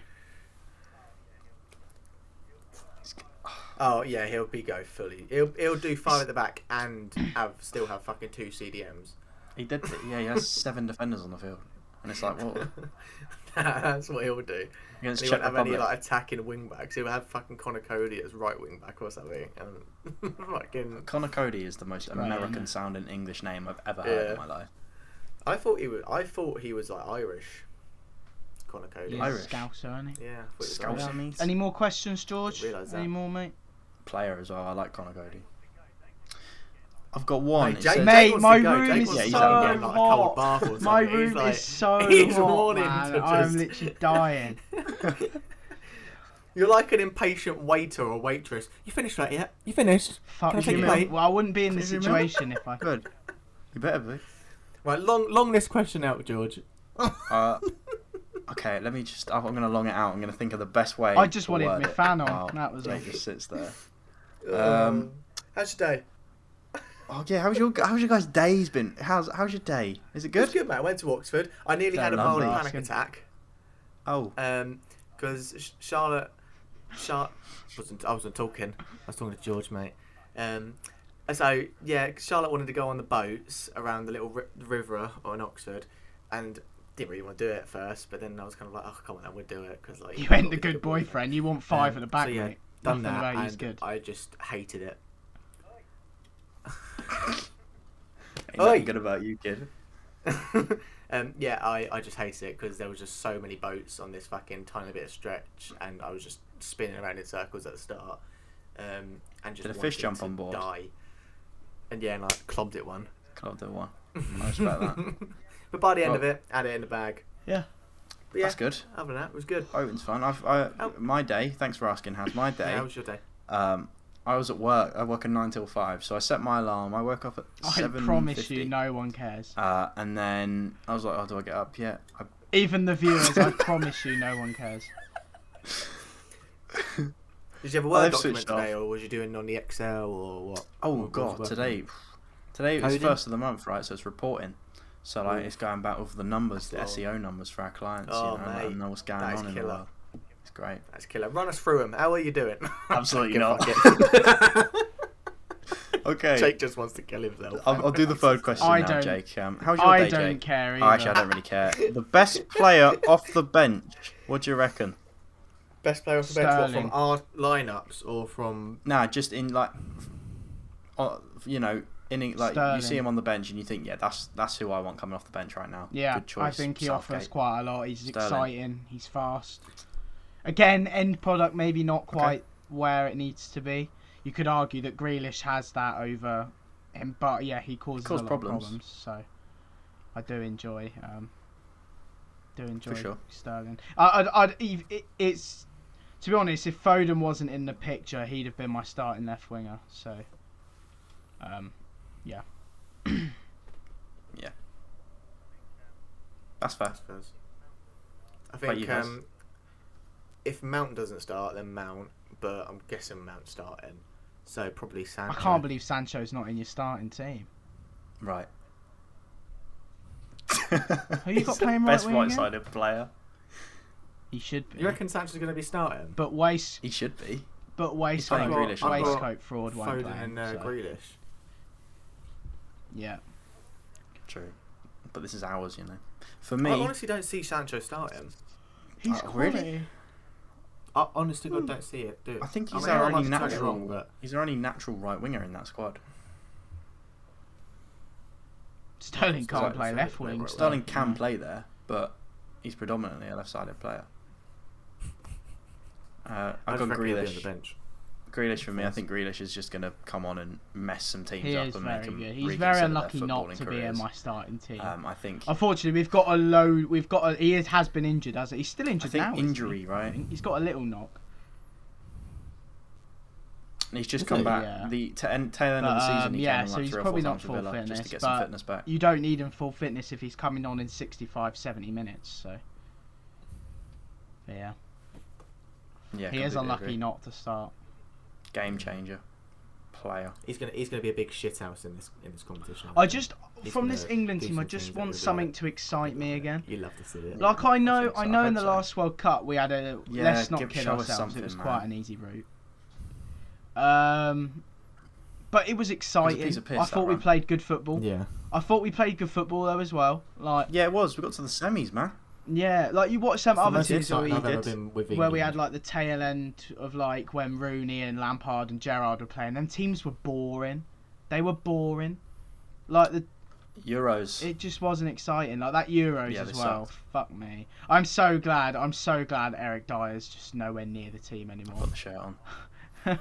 Speaker 2: Oh yeah, he'll be go fully. He'll he'll do five at the back and have still have fucking two CDMs.
Speaker 1: He did. Yeah, he has seven defenders on the field, and it's like, well,
Speaker 2: That's what he'll do. And
Speaker 1: against
Speaker 2: he
Speaker 1: Czech
Speaker 2: won't have any
Speaker 1: Republic.
Speaker 2: like attacking wing backs. He'll have fucking Connor Cody as right wing back or something. And fucking,
Speaker 1: Connor Cody is the most
Speaker 3: right, isn't
Speaker 1: American
Speaker 3: it?
Speaker 1: sounding English name I've ever heard in
Speaker 2: Yeah.
Speaker 1: my life.
Speaker 2: I thought he was. I thought he was like Irish. Connor Cody.
Speaker 3: He's
Speaker 2: Yeah.
Speaker 1: Irish.
Speaker 3: a Scouser, isn't
Speaker 2: I thought he was
Speaker 1: Scouser
Speaker 2: Irish.
Speaker 1: means-
Speaker 3: he? Any more questions, George?
Speaker 2: Didn't realise
Speaker 3: Any
Speaker 2: that.
Speaker 3: more, mate?
Speaker 1: player as well. I like Connor Cody. I've got one. It says-
Speaker 3: Jake- Mate,
Speaker 2: wants
Speaker 3: my
Speaker 2: to go.
Speaker 3: room
Speaker 2: Jake
Speaker 3: is
Speaker 2: wants to
Speaker 1: so
Speaker 2: go and get, like, a cold
Speaker 3: hot.
Speaker 2: bath or
Speaker 3: My
Speaker 2: something. He's
Speaker 3: room
Speaker 2: like-
Speaker 3: is so
Speaker 2: he's
Speaker 3: hot,
Speaker 2: wanting
Speaker 3: man.
Speaker 2: to
Speaker 3: I'm
Speaker 2: just-
Speaker 3: literally dying.
Speaker 2: You're like an impatient waiter or waitress. You finished that yet? You finished? Can I
Speaker 3: Fuck
Speaker 2: take
Speaker 3: you,
Speaker 2: a
Speaker 3: mate.
Speaker 2: bite?
Speaker 3: Well, I wouldn't be in this
Speaker 1: Can you remember?
Speaker 3: situation if I.
Speaker 1: Good. You better be.
Speaker 2: Right, long long this question out, George.
Speaker 1: Uh, okay, let me just. I'm gonna long it out. I'm gonna think of the best way.
Speaker 3: I just
Speaker 1: to
Speaker 3: wanted
Speaker 1: word
Speaker 3: my
Speaker 1: it.
Speaker 3: fan on,
Speaker 1: Oh,
Speaker 3: that was
Speaker 1: yeah,
Speaker 3: all.
Speaker 1: it just sits there.
Speaker 2: Um, how's your day?
Speaker 1: Oh yeah, how's your how's your guys' days been? How's how's your day? Is it
Speaker 2: It
Speaker 1: good?
Speaker 2: was good, mate. I went to Oxford. I nearly
Speaker 1: Don't
Speaker 2: had a mild
Speaker 1: love
Speaker 2: panic
Speaker 3: asking.
Speaker 2: attack
Speaker 1: Oh,
Speaker 2: because Um, Sh Charlotte, Char- wasn't I wasn't talking. I was talking to George, mate. Um, so yeah, Charlotte wanted to go on the boats around the little ri- river on Oxford, and didn't really want to do it at first. But then I was kind of like, oh come on, I would do it because like
Speaker 3: You
Speaker 2: gotta
Speaker 3: ain't
Speaker 2: be
Speaker 3: the good boyfriend. You want
Speaker 2: Um,
Speaker 3: five at the back,
Speaker 2: so, yeah,
Speaker 3: mate.
Speaker 2: Done
Speaker 3: Nothing
Speaker 2: that,
Speaker 3: about you's
Speaker 2: and
Speaker 3: good.
Speaker 2: I just hated it.
Speaker 1: ain't nothing
Speaker 2: Oi.
Speaker 1: good about you, kid.
Speaker 2: um, yeah, I, I just hate it because there was just so many boats on this fucking tiny bit of stretch, and I was just spinning around in circles at the start. Um, and just
Speaker 1: Did a fish
Speaker 2: wanted
Speaker 1: jump
Speaker 2: to
Speaker 1: on board?
Speaker 2: Die. And yeah, and I clobbed it one.
Speaker 1: Can't do one. I respect that.
Speaker 2: but by the end of
Speaker 1: Well-
Speaker 2: it, had it in the bag.
Speaker 3: Yeah.
Speaker 2: But yeah,
Speaker 1: That's good.
Speaker 2: Other than that, it was good.
Speaker 1: Owen's fun. I've, I,
Speaker 2: Oh.
Speaker 1: My day. Thanks for asking. How's my day?
Speaker 2: Yeah, how was your day?
Speaker 1: Um, I was at work. I work at nine till five, so I set my alarm. I woke up at
Speaker 3: I
Speaker 1: seven.
Speaker 3: promise you, no one cares.
Speaker 1: Uh, and then I was like, "Oh, do I get up yet?" I,
Speaker 3: Even the viewers, I promise you, no one cares.
Speaker 2: Did you have a
Speaker 1: Oh,
Speaker 2: Word
Speaker 1: they've
Speaker 2: document
Speaker 1: switched off.
Speaker 2: today, or was you doing on the Excel or what?
Speaker 1: Oh
Speaker 2: What- what was
Speaker 1: god,
Speaker 2: working?
Speaker 1: today, today
Speaker 2: How
Speaker 1: it's
Speaker 2: you doing?
Speaker 1: first of the month, right? So it's reporting. So like
Speaker 2: Ooh.
Speaker 1: it's going back with the numbers, the
Speaker 2: That's
Speaker 1: SEO numbers for our clients.
Speaker 2: Oh,
Speaker 1: you know, and let
Speaker 2: mate,
Speaker 1: them know what's going
Speaker 2: that is
Speaker 1: on in the
Speaker 2: killer.
Speaker 1: world. It's great.
Speaker 2: That's killer. Run us through them. How are you doing?
Speaker 1: Absolutely
Speaker 2: Good,
Speaker 1: not.
Speaker 2: fuck it.
Speaker 1: Okay.
Speaker 2: Jake just wants to kill himself.
Speaker 1: I'll, I'll do the third question
Speaker 3: I
Speaker 1: now,
Speaker 3: don't-
Speaker 1: Jake. Um, how's your
Speaker 3: I
Speaker 1: day,
Speaker 3: don't
Speaker 1: Jake?
Speaker 3: care either.
Speaker 1: Oh, actually, I don't really care. The best player off the bench. What do you reckon?
Speaker 2: Best player off the bench what,
Speaker 3: Sterling.
Speaker 2: from our lineups or from
Speaker 1: Nah, just in like, uh, you know, in in- like you see
Speaker 3: Sterling.
Speaker 1: him on the bench and you think, yeah, that's that's who I want coming off the bench right now.
Speaker 3: Yeah,
Speaker 1: Good choice.
Speaker 3: I think he offers
Speaker 1: Southgate.
Speaker 3: quite a lot. He's
Speaker 1: Sterling.
Speaker 3: exciting. He's fast. Again, end product maybe not quite where it needs to be. You could argue that Grealish has that over him, but yeah, he causes
Speaker 1: Caused
Speaker 3: a lot
Speaker 1: problems.
Speaker 3: of problems. So I do enjoy, um, do enjoy
Speaker 1: sure.
Speaker 3: Sterling. I, I'd, I'd, ev- it, it's to be honest, if Foden wasn't in the picture, he'd have been my starting left winger. So, um,
Speaker 1: That's fair.
Speaker 2: I suppose. I
Speaker 1: But you
Speaker 2: think
Speaker 1: guys-
Speaker 2: um, if Mount doesn't start, then Mount. But I'm guessing Mount starting, so probably Sancho.
Speaker 3: I can't believe Sancho's not in your starting team.
Speaker 1: Right.
Speaker 3: Who you got
Speaker 1: He's the
Speaker 3: playing right
Speaker 1: Best
Speaker 3: wing again?
Speaker 1: right-sided player.
Speaker 3: He should be.
Speaker 2: You reckon Sancho's going to be starting?
Speaker 3: But waist,
Speaker 1: He should be.
Speaker 3: but
Speaker 1: playing
Speaker 3: waistcoat,
Speaker 1: Grealish,
Speaker 2: I've got
Speaker 3: waistcoat fraud won't play.
Speaker 2: Foden and uh,
Speaker 3: so,
Speaker 2: Grealish.
Speaker 3: Yeah,
Speaker 1: Uh, True. But this is ours, you know. For
Speaker 2: I
Speaker 1: me,
Speaker 2: honestly don't see Sancho starting.
Speaker 1: He's Oh, really? quality.
Speaker 2: I honestly God, don't see it. Do
Speaker 1: Hmm. I think he's
Speaker 2: mean,
Speaker 1: our
Speaker 2: I
Speaker 1: only
Speaker 2: might be totally
Speaker 1: natural.
Speaker 2: wrong, but
Speaker 1: he's our only natural right winger in that squad.
Speaker 3: Sterling can't
Speaker 2: Sterling-
Speaker 3: play
Speaker 2: Sterling
Speaker 3: left
Speaker 2: can play
Speaker 3: wing.
Speaker 2: right
Speaker 3: so-
Speaker 1: Sterling can play there, but he's predominantly a left-sided player. Uh,
Speaker 2: I
Speaker 1: I've got
Speaker 2: just reckon he'll be on the
Speaker 1: Grealish.
Speaker 2: bench.
Speaker 1: Grealish for me. I think Grealish is just going to come on and mess some teams
Speaker 3: He
Speaker 1: up
Speaker 3: is
Speaker 1: and
Speaker 3: very
Speaker 1: make them.
Speaker 3: good. He's
Speaker 1: reconsider
Speaker 3: very
Speaker 1: their
Speaker 3: unlucky not
Speaker 1: footballing
Speaker 3: to be in
Speaker 1: careers.
Speaker 3: my starting team.
Speaker 1: Um, I think.
Speaker 3: Unfortunately, we've got a low. We've got a. He is, has been injured, hasn't he? He's still
Speaker 1: I
Speaker 3: injured
Speaker 1: think
Speaker 3: now. isn't he?
Speaker 1: injury,
Speaker 3: I
Speaker 1: right?
Speaker 3: think He's got a little knock.
Speaker 1: And he's just
Speaker 2: Is
Speaker 1: come
Speaker 2: it?
Speaker 1: back
Speaker 3: Yeah.
Speaker 1: the t- end, tail end of
Speaker 3: But,
Speaker 1: the season.
Speaker 3: um,
Speaker 1: he
Speaker 3: yeah,
Speaker 1: came in
Speaker 3: so
Speaker 1: like
Speaker 3: he's
Speaker 1: three or
Speaker 3: probably
Speaker 1: four
Speaker 3: not
Speaker 1: times with
Speaker 3: full
Speaker 1: Villa just to
Speaker 3: fitness,
Speaker 1: get some
Speaker 3: but
Speaker 1: fitness back.
Speaker 3: You don't need him full fitness if he's coming on in 65, 70 minutes. So, But yeah,
Speaker 1: Yeah,
Speaker 3: he is
Speaker 1: completely
Speaker 3: unlucky
Speaker 1: agree.
Speaker 3: not to start.
Speaker 1: Game changer, player.
Speaker 2: He's gonna he's gonna be a big shithouse in this in this competition.
Speaker 3: I just
Speaker 2: He's
Speaker 3: from
Speaker 2: gonna
Speaker 3: this England
Speaker 2: do
Speaker 3: team, I
Speaker 2: some
Speaker 3: just
Speaker 2: things that
Speaker 3: want
Speaker 2: we
Speaker 3: something
Speaker 2: like.
Speaker 3: to excite me again.
Speaker 2: You love to see it.
Speaker 3: Like I know,
Speaker 1: think so.
Speaker 3: I
Speaker 1: I
Speaker 3: know
Speaker 1: hope
Speaker 3: in the
Speaker 1: so.
Speaker 3: last World Cup we had a
Speaker 1: Yeah,
Speaker 3: let's not
Speaker 1: give-
Speaker 3: kid
Speaker 1: show us
Speaker 3: ourselves. It was
Speaker 1: something,
Speaker 3: quite
Speaker 1: man.
Speaker 3: an easy route. Um, but it was exciting.
Speaker 1: piece of piss,
Speaker 3: I
Speaker 1: that
Speaker 3: thought we
Speaker 1: run.
Speaker 3: played good football.
Speaker 5: Yeah.
Speaker 3: I thought we played good football though as well. Like
Speaker 1: Yeah, it was. We got to the semis, man.
Speaker 3: yeah, like you watch some other
Speaker 1: most
Speaker 3: teams that we
Speaker 1: exciting I've ever
Speaker 3: did.
Speaker 1: did.
Speaker 3: Where we had like the tail end of like when Rooney and Lampard and Gerrard were playing, them teams were boring. They were boring. Like the
Speaker 1: Euros.
Speaker 3: It just wasn't exciting. Like that Euros
Speaker 1: Yeah,
Speaker 3: as
Speaker 1: they
Speaker 3: well. Fuck me. I'm so glad. I'm so glad Eric Dyer's just nowhere near the team anymore.
Speaker 1: Put the shirt on.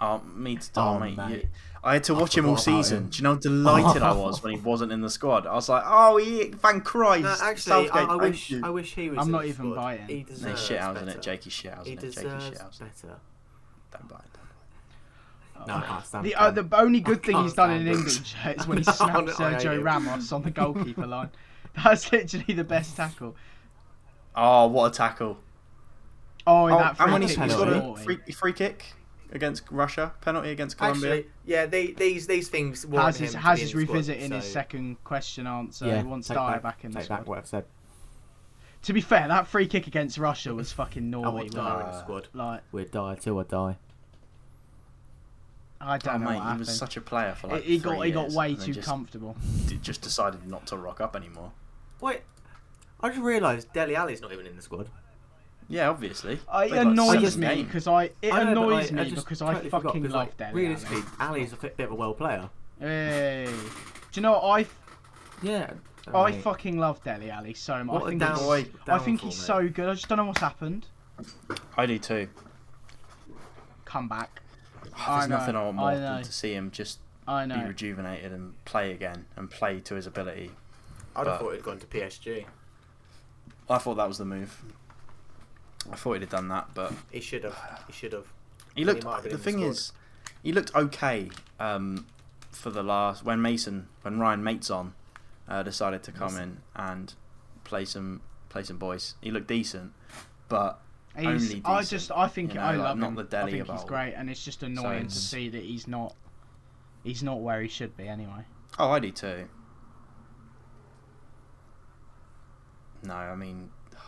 Speaker 1: oh, me too, oh,
Speaker 2: Oh,
Speaker 1: mate.
Speaker 2: mate.
Speaker 1: you- I had to watch him all
Speaker 2: forgot about
Speaker 1: season.
Speaker 2: him.
Speaker 1: Do you know how delighted I was when he wasn't in the squad? I was like, oh, he, thank Christ.
Speaker 2: No, actually,
Speaker 1: Southgate,
Speaker 2: I, I
Speaker 1: thank
Speaker 2: wish
Speaker 1: you.
Speaker 2: I wish he was.
Speaker 3: I'm
Speaker 2: in
Speaker 3: not
Speaker 2: the
Speaker 3: even
Speaker 2: squad.
Speaker 3: biting.
Speaker 2: He
Speaker 1: No,
Speaker 2: deserves
Speaker 1: he's shithousing
Speaker 2: better.
Speaker 1: it. Jakey's shithousing
Speaker 2: He
Speaker 1: it. Jakey's
Speaker 2: deserves
Speaker 1: shithousing it.
Speaker 2: better.
Speaker 1: Don't bite. Don't bite.
Speaker 2: No, I can't stand
Speaker 3: The,
Speaker 2: him.
Speaker 3: uh, the only good
Speaker 2: I
Speaker 3: thing he's
Speaker 2: can't
Speaker 3: done in an
Speaker 2: stand
Speaker 3: England shirt is when he
Speaker 2: No,
Speaker 3: snapped
Speaker 2: no, I hate
Speaker 3: Sergio
Speaker 2: him.
Speaker 3: Ramos on the goalkeeper line. That's literally the best tackle.
Speaker 1: Oh, what a tackle.
Speaker 3: Oh, and
Speaker 1: Oh,
Speaker 3: that free
Speaker 1: and when he,
Speaker 3: kick
Speaker 1: he
Speaker 3: was
Speaker 1: got a
Speaker 3: naughty.
Speaker 1: free, free kick against Russia, penalty against Colombia.
Speaker 2: Actually, yeah, they, these these things. warrant
Speaker 3: Has his
Speaker 2: him to
Speaker 3: has
Speaker 2: be
Speaker 3: his
Speaker 2: in the squad,
Speaker 3: revisiting his
Speaker 2: so-
Speaker 3: second question answer.
Speaker 5: yeah.
Speaker 3: he wants
Speaker 5: take
Speaker 3: Dyer back, in the
Speaker 5: Take
Speaker 3: squad.
Speaker 5: back what I've said.
Speaker 3: To be fair, that free kick against Russia was fucking
Speaker 2: I
Speaker 3: naughty.
Speaker 2: want
Speaker 3: wasn't it?
Speaker 2: Dyer in the
Speaker 1: Uh,
Speaker 2: squad.
Speaker 3: Like
Speaker 5: We're die till I die.
Speaker 3: I
Speaker 1: Oh,
Speaker 3: don't know what
Speaker 1: mate, he
Speaker 3: happened.
Speaker 1: was such a player for like
Speaker 3: he he
Speaker 1: three
Speaker 3: got he got
Speaker 1: years
Speaker 3: way
Speaker 1: and then
Speaker 3: too
Speaker 1: just,
Speaker 3: comfortable.
Speaker 1: d- just decided not to rock up anymore.
Speaker 2: Wait, I just realised Deli Ali's not even in the squad.
Speaker 1: Yeah, obviously.
Speaker 3: I-
Speaker 1: Played,
Speaker 3: Uh, It
Speaker 1: like,
Speaker 3: annoys
Speaker 1: six
Speaker 3: me
Speaker 1: games.
Speaker 3: because I it
Speaker 2: I know, but,
Speaker 3: annoys
Speaker 2: like,
Speaker 3: me
Speaker 2: just
Speaker 3: because I
Speaker 2: totally forgot,
Speaker 3: fucking
Speaker 2: 'cause,
Speaker 3: love
Speaker 2: like,
Speaker 3: Dele
Speaker 2: Realistically,
Speaker 3: Alli.
Speaker 2: Ali's a bit bit of a well player.
Speaker 3: Hey, do you know what I
Speaker 2: Yeah.
Speaker 3: I fucking love Dele Alli so much.
Speaker 2: What
Speaker 3: I
Speaker 2: a
Speaker 3: think
Speaker 2: down-
Speaker 3: he's, I think
Speaker 2: downfall,
Speaker 3: he's
Speaker 2: mate.
Speaker 3: so good. I just don't know what's happened.
Speaker 1: I do too.
Speaker 3: Come back. I
Speaker 1: There's
Speaker 3: know,
Speaker 1: nothing I want more
Speaker 3: I know.
Speaker 1: than to see him just
Speaker 3: I
Speaker 1: be
Speaker 3: know.
Speaker 1: rejuvenated and play again and play to his ability.
Speaker 2: I'd
Speaker 1: but-
Speaker 2: have thought he'd gone to PSG.
Speaker 1: I thought that was the move. I thought he'd have done that, but
Speaker 2: He should have. He should have.
Speaker 1: he
Speaker 2: Well,
Speaker 1: looked.
Speaker 2: he might have been
Speaker 1: the
Speaker 2: in the
Speaker 1: thing
Speaker 2: squad.
Speaker 1: is, he looked okay um, for the last when Mason when Ryan Mates on uh, decided to come in and play some play some boys. He looked decent, but
Speaker 3: He's,
Speaker 1: Only
Speaker 3: I
Speaker 1: decent,
Speaker 3: just I think
Speaker 1: you know,
Speaker 3: I
Speaker 1: like,
Speaker 3: love
Speaker 1: not
Speaker 3: him.
Speaker 1: the Delhi
Speaker 3: I think
Speaker 1: of
Speaker 3: he's
Speaker 1: old.
Speaker 3: great, and it's just annoying to
Speaker 1: it's-
Speaker 3: see that he's not he's not where he should be anyway.
Speaker 1: Oh, I do too. No, I mean,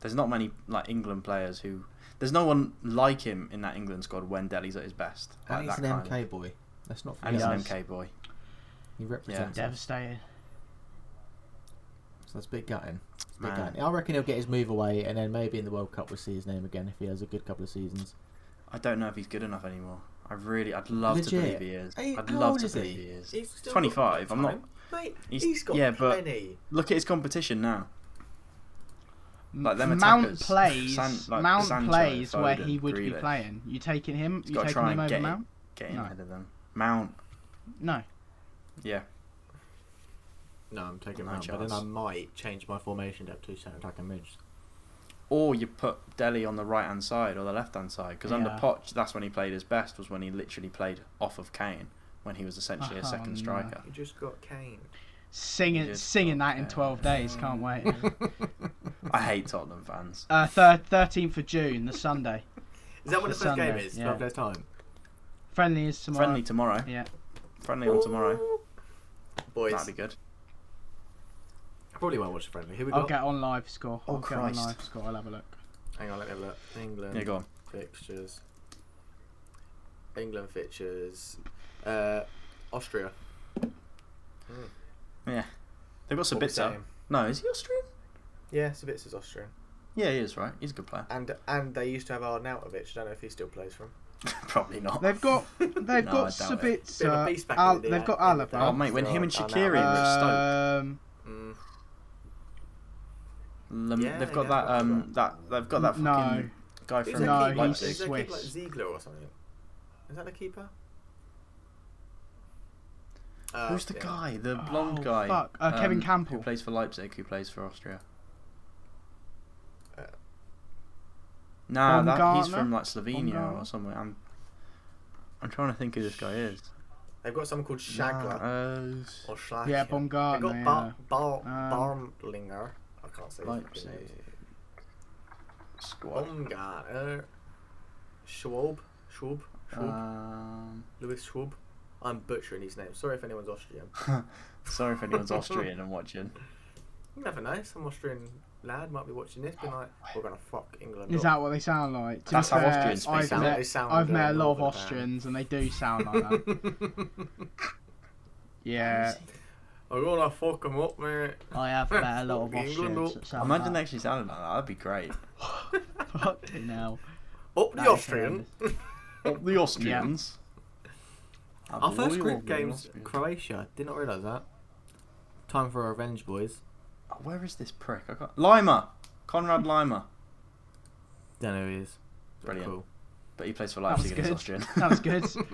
Speaker 1: there's not many like England players who. There's no one like him in that England squad when Delhi's at his best. Like
Speaker 5: and he's
Speaker 1: that
Speaker 5: an
Speaker 1: kind
Speaker 5: MK
Speaker 1: Of,
Speaker 5: boy. Let's not
Speaker 1: and he's
Speaker 5: forget.
Speaker 1: an
Speaker 3: Yes.
Speaker 1: MK boy.
Speaker 5: He represents us.
Speaker 3: Devastated.
Speaker 5: So that's a bit gutting. It's a bit
Speaker 1: Man.
Speaker 5: gutting. I reckon he'll get his move away, and then maybe in the World Cup we'll see his name again if he has a good couple of seasons.
Speaker 1: I don't know if he's good enough anymore. I really, I'd love to
Speaker 5: Legit.
Speaker 1: believe he is.
Speaker 5: Hey,
Speaker 1: I'd
Speaker 5: how
Speaker 1: love
Speaker 5: old
Speaker 1: to
Speaker 5: is he?
Speaker 1: believe he, is.
Speaker 2: He's still got
Speaker 1: 25, I'm not-
Speaker 2: time. Mate,
Speaker 1: he's-
Speaker 2: he's got
Speaker 1: yeah, but-
Speaker 2: plenty.
Speaker 1: Look at his competition now. Like them
Speaker 3: Mount
Speaker 1: attackers.
Speaker 3: plays
Speaker 1: San- like
Speaker 3: Mount
Speaker 1: Sancho,
Speaker 3: plays where
Speaker 1: Foden,
Speaker 3: he would be
Speaker 1: Grealish.
Speaker 3: playing. You taking him?
Speaker 1: He's
Speaker 3: You
Speaker 1: gotta
Speaker 3: taking
Speaker 1: try and
Speaker 3: him over
Speaker 1: get it.
Speaker 3: Mount?
Speaker 1: Get
Speaker 5: Hmm.
Speaker 1: him
Speaker 3: No.
Speaker 1: ahead of them. Mount,
Speaker 3: No.
Speaker 1: yeah.
Speaker 2: No, I'm taking
Speaker 1: No
Speaker 2: no but then
Speaker 1: chance.
Speaker 2: I might change my formation up to centre attack and mids.
Speaker 1: Or you put Delhi on the right hand side or the left hand side because under
Speaker 3: Yeah.
Speaker 1: Poch, that's when he played his best. Was when he literally played off of Kane when he was essentially
Speaker 3: Oh,
Speaker 1: a second
Speaker 3: no.
Speaker 1: striker.
Speaker 2: You just got Kane.
Speaker 3: Singing
Speaker 1: He just
Speaker 3: singing
Speaker 1: got
Speaker 3: that in
Speaker 1: there.
Speaker 3: 12 days, can't wait.
Speaker 1: I hate Tottenham fans.
Speaker 3: Uh, thir- 13th of June, the Sunday.
Speaker 2: Is that when the
Speaker 3: For
Speaker 2: first game
Speaker 3: Sunday,
Speaker 2: is?
Speaker 3: yeah.
Speaker 2: 12 days time.
Speaker 3: Friendly is tomorrow.
Speaker 1: Friendly tomorrow.
Speaker 3: Yeah.
Speaker 1: Friendly on tomorrow.
Speaker 2: Ooh. Boys,
Speaker 1: That'd be good.
Speaker 2: I probably won't watch the friendly. Who we got?
Speaker 3: I'll get on live score.
Speaker 1: Oh,
Speaker 3: I'll get on
Speaker 1: Christ.
Speaker 3: live score. I'll have a look.
Speaker 2: Hang on, let me have a look. England
Speaker 1: Yeah, go on.
Speaker 2: fixtures. England fixtures. Uh, Austria.
Speaker 1: They've got
Speaker 2: What was
Speaker 1: Sabitzer.
Speaker 2: that?
Speaker 1: No, is he Austrian?
Speaker 2: Yeah, Sabitzer's Austrian.
Speaker 1: Yeah, he is. Right, he's a good player.
Speaker 2: And and they used to have Arnautovic. I don't know if he still plays for him.
Speaker 1: Uh, Probably not.
Speaker 3: They've got they've
Speaker 1: No,
Speaker 3: got
Speaker 1: I doubt it.
Speaker 2: Bit of a
Speaker 3: Sabitzer.
Speaker 2: beast back in
Speaker 3: Al-
Speaker 2: the day,
Speaker 3: they've got
Speaker 2: I think.
Speaker 1: Oh
Speaker 3: Alaba.
Speaker 1: mate, when him and
Speaker 2: Oh,
Speaker 1: Shakiri
Speaker 2: Alaba.
Speaker 1: were
Speaker 3: Um,
Speaker 2: Mm.
Speaker 1: Stoke, Lam-
Speaker 2: yeah,
Speaker 1: they've got
Speaker 2: yeah,
Speaker 1: that
Speaker 2: that's
Speaker 1: um that they've got that fucking
Speaker 3: no,
Speaker 1: guy
Speaker 2: Who's
Speaker 1: from
Speaker 2: their
Speaker 3: No,
Speaker 2: keeper?
Speaker 3: he's
Speaker 2: Is
Speaker 1: Leipzig.
Speaker 2: their keeper like
Speaker 3: Swiss.
Speaker 2: Ziegler or something? Is that the keeper? Uh,
Speaker 1: Who's the
Speaker 2: yeah.
Speaker 1: guy? The
Speaker 3: Oh,
Speaker 1: blonde guy. um,
Speaker 3: fuck. Uh, Kevin Campbell.
Speaker 1: Who plays for Leipzig, who plays for Austria.
Speaker 2: Uh,
Speaker 1: nah, that, he's
Speaker 3: Baumgartner?
Speaker 1: from like Slovenia
Speaker 3: Baumgartner?
Speaker 1: or somewhere. I'm I'm trying to think who this guy is.
Speaker 2: They've got someone called Shagler
Speaker 1: Nah, uh,
Speaker 2: or Schlager.
Speaker 3: yeah,
Speaker 2: They've
Speaker 3: Baumgartner.
Speaker 2: got
Speaker 3: Yeah.
Speaker 2: Bar, Bar,
Speaker 3: Um,
Speaker 2: Barmlinger. I can't say his fucking
Speaker 1: Leipzig.
Speaker 2: name.
Speaker 1: Squad.
Speaker 2: Baumgartner. Schwab. Schwab. Schwab.
Speaker 3: Uh.
Speaker 1: Um,
Speaker 2: Louis Schwab. I'm butchering his name. Sorry if anyone's Austrian.
Speaker 1: Um, sorry if anyone's Austrian and watching.
Speaker 2: You never know. Some Austrian lad might be watching this, be like, "We're gonna fuck England."
Speaker 3: Is
Speaker 2: up.
Speaker 3: that what they sound like? To
Speaker 1: That's
Speaker 3: be
Speaker 1: how
Speaker 3: fair,
Speaker 1: Austrians speak,
Speaker 3: I've
Speaker 1: sound-
Speaker 2: they
Speaker 3: met,
Speaker 2: sound
Speaker 3: I've met a
Speaker 2: very
Speaker 3: lot of
Speaker 2: northern
Speaker 3: Austrians, and they do sound like that. Yeah,
Speaker 2: I'm gonna fuck 'em up, mate.
Speaker 3: I have met a lot of Austrians.
Speaker 2: England up.
Speaker 3: that sound
Speaker 1: Imagine they
Speaker 3: like
Speaker 1: actually sounded like that. That'd be great.
Speaker 3: that. Fucking hell.
Speaker 2: Up the
Speaker 3: That is
Speaker 2: Austrian.
Speaker 1: Well, the Austrians.
Speaker 2: Our first group game's Croatia. Did not realise that. Time for revenge, boys.
Speaker 1: Oh, where is this prick? I got Lima, Conrad Lima,
Speaker 2: Don't know who he is. but
Speaker 1: Brilliant.
Speaker 2: Cool.
Speaker 1: but he plays for
Speaker 3: That was
Speaker 1: Leipzig and he's
Speaker 3: good.
Speaker 1: Austrian.
Speaker 3: That was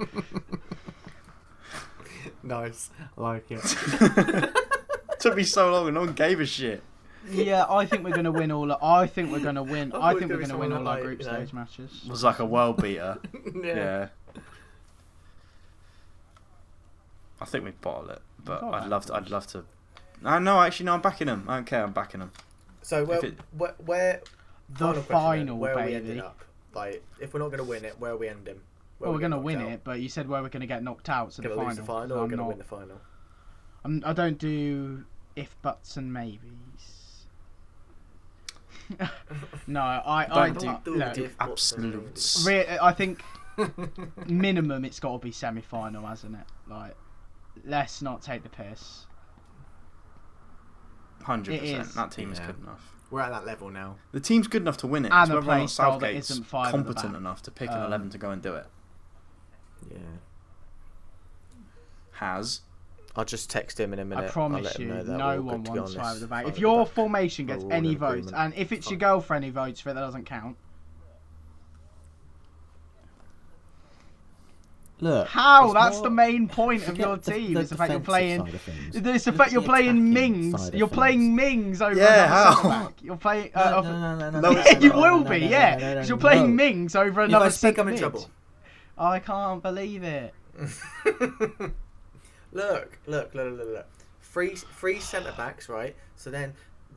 Speaker 3: good.
Speaker 2: Nice. Like it.
Speaker 1: Took me so long and no one gave a shit.
Speaker 3: Yeah, I think we're gonna win all. I think we're gonna win.
Speaker 2: I
Speaker 3: I
Speaker 2: thought
Speaker 3: think
Speaker 2: it
Speaker 3: we're
Speaker 2: was
Speaker 3: gonna
Speaker 2: gonna
Speaker 3: win
Speaker 2: be
Speaker 3: all our
Speaker 2: like,
Speaker 3: group
Speaker 2: you know,
Speaker 3: stage matches.
Speaker 1: was like a world beater. yeah. I think we'd bottle it, but
Speaker 3: Bottle
Speaker 1: I'd
Speaker 3: it.
Speaker 1: love to. I'd love to. No, no, actually, no. I'm backing him. I don't care. I'm backing him.
Speaker 2: So where,
Speaker 1: If it-
Speaker 2: where, where
Speaker 3: The
Speaker 2: question then,
Speaker 3: final,
Speaker 2: where are we ending
Speaker 3: baby.
Speaker 2: up? Like, if we're not gonna win it, where are we ending?
Speaker 3: Well,
Speaker 2: Where are
Speaker 3: we're
Speaker 2: we
Speaker 3: gonna win
Speaker 2: knocked out?
Speaker 3: it, but you said where we're gonna get knocked out, so the
Speaker 2: Gonna
Speaker 3: final.
Speaker 2: lose the final.
Speaker 3: so
Speaker 2: Or
Speaker 3: I'm
Speaker 2: gonna
Speaker 3: not.
Speaker 2: win the final.
Speaker 3: I'm, I don't do if buts and maybes. no, I I
Speaker 1: Don't
Speaker 3: do.
Speaker 2: do
Speaker 3: look,
Speaker 2: the if-
Speaker 1: Absolutes.
Speaker 3: re- I think minimum it's got to be semi final, hasn't it? Like, let's not take the piss.
Speaker 1: Hundred
Speaker 3: It
Speaker 1: percent.
Speaker 3: is.
Speaker 1: That team is
Speaker 2: Yeah.
Speaker 1: good enough.
Speaker 2: We're at that level now.
Speaker 1: The team's good enough to win it.
Speaker 3: And
Speaker 1: it's
Speaker 3: a
Speaker 1: whether or
Speaker 3: play
Speaker 1: not
Speaker 3: style that
Speaker 1: Southgate's
Speaker 3: isn't five at the
Speaker 1: competent
Speaker 3: back.
Speaker 1: enough to pick an
Speaker 3: Um,
Speaker 1: eleven to go and do it.
Speaker 2: Yeah.
Speaker 1: Has
Speaker 2: uh, I'll just text him in a
Speaker 3: I
Speaker 2: minute.
Speaker 3: promise you, no one wants five at the back. If your
Speaker 2: you're
Speaker 3: formation gets
Speaker 2: We're all
Speaker 3: any
Speaker 2: in
Speaker 3: votes, and
Speaker 2: agreement.
Speaker 3: if it's your girlfriend who votes for it, that doesn't count.
Speaker 5: Look.
Speaker 3: How?
Speaker 5: it's
Speaker 3: That's
Speaker 5: more-
Speaker 3: the main point of
Speaker 5: forget
Speaker 3: your
Speaker 5: the- the
Speaker 3: team. It's the fact you're
Speaker 5: defensive
Speaker 3: playing.
Speaker 5: side of things.
Speaker 3: It's the
Speaker 5: Look
Speaker 3: fact
Speaker 5: at
Speaker 3: you're
Speaker 5: the
Speaker 3: playing
Speaker 5: attacking
Speaker 3: Mings.
Speaker 5: side of
Speaker 3: You're
Speaker 5: things.
Speaker 3: playing Mings over.
Speaker 1: Yeah,
Speaker 3: another
Speaker 1: how?
Speaker 3: centre-back. You're playing. Uh,
Speaker 5: No,
Speaker 3: off-
Speaker 5: no, no, no,
Speaker 1: No,
Speaker 5: no, no,
Speaker 3: you
Speaker 5: no,
Speaker 3: will
Speaker 5: no,
Speaker 3: be,
Speaker 5: no, no,
Speaker 3: yeah.
Speaker 5: no, no,
Speaker 3: Because you're
Speaker 5: no.
Speaker 3: playing Mings over
Speaker 2: If
Speaker 3: another
Speaker 2: I speak, I'm in
Speaker 3: centre-mid.
Speaker 2: trouble.
Speaker 3: I can't believe it.
Speaker 2: Look, look, look, look, look. look. Three, three centre backs, right? So then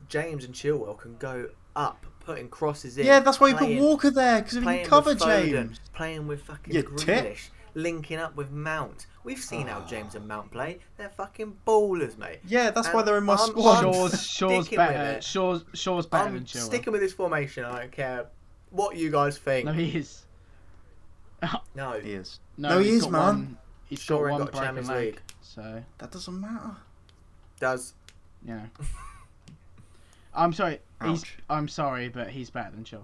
Speaker 2: James and Chilwell can go up, putting crosses in.
Speaker 1: Yeah, that's why you put
Speaker 2: playing-
Speaker 1: Walker there because we can
Speaker 2: playing
Speaker 1: cover
Speaker 2: with Foden,
Speaker 1: James.
Speaker 2: Playing with fucking
Speaker 1: You
Speaker 2: Grealish,
Speaker 1: tit.
Speaker 2: linking up with Mount. We've seen how James and Mount play. They're fucking ballers, mate.
Speaker 1: Yeah, that's
Speaker 2: And
Speaker 1: why they're in my
Speaker 2: I'm-
Speaker 1: squad.
Speaker 2: I'm
Speaker 3: Shaw's, Shaw's
Speaker 2: sticking with
Speaker 3: better.
Speaker 2: it.
Speaker 3: Shaw's, Shaw's better than
Speaker 2: I'm
Speaker 3: Chilwell.
Speaker 2: sticking with this formation. I don't care what you guys think.
Speaker 3: No,
Speaker 2: No,
Speaker 3: he is.
Speaker 1: He is.
Speaker 3: No,
Speaker 1: No, he
Speaker 3: he's
Speaker 1: is,
Speaker 3: got
Speaker 1: man.
Speaker 3: One, he's got
Speaker 2: Sure, he
Speaker 3: one
Speaker 2: got
Speaker 3: broken
Speaker 2: Champions
Speaker 3: leg,
Speaker 2: League.
Speaker 3: so
Speaker 1: That doesn't matter.
Speaker 2: does
Speaker 3: you know. I'm sorry. He's.
Speaker 1: Ouch.
Speaker 3: I'm sorry, but he's better than Shaw.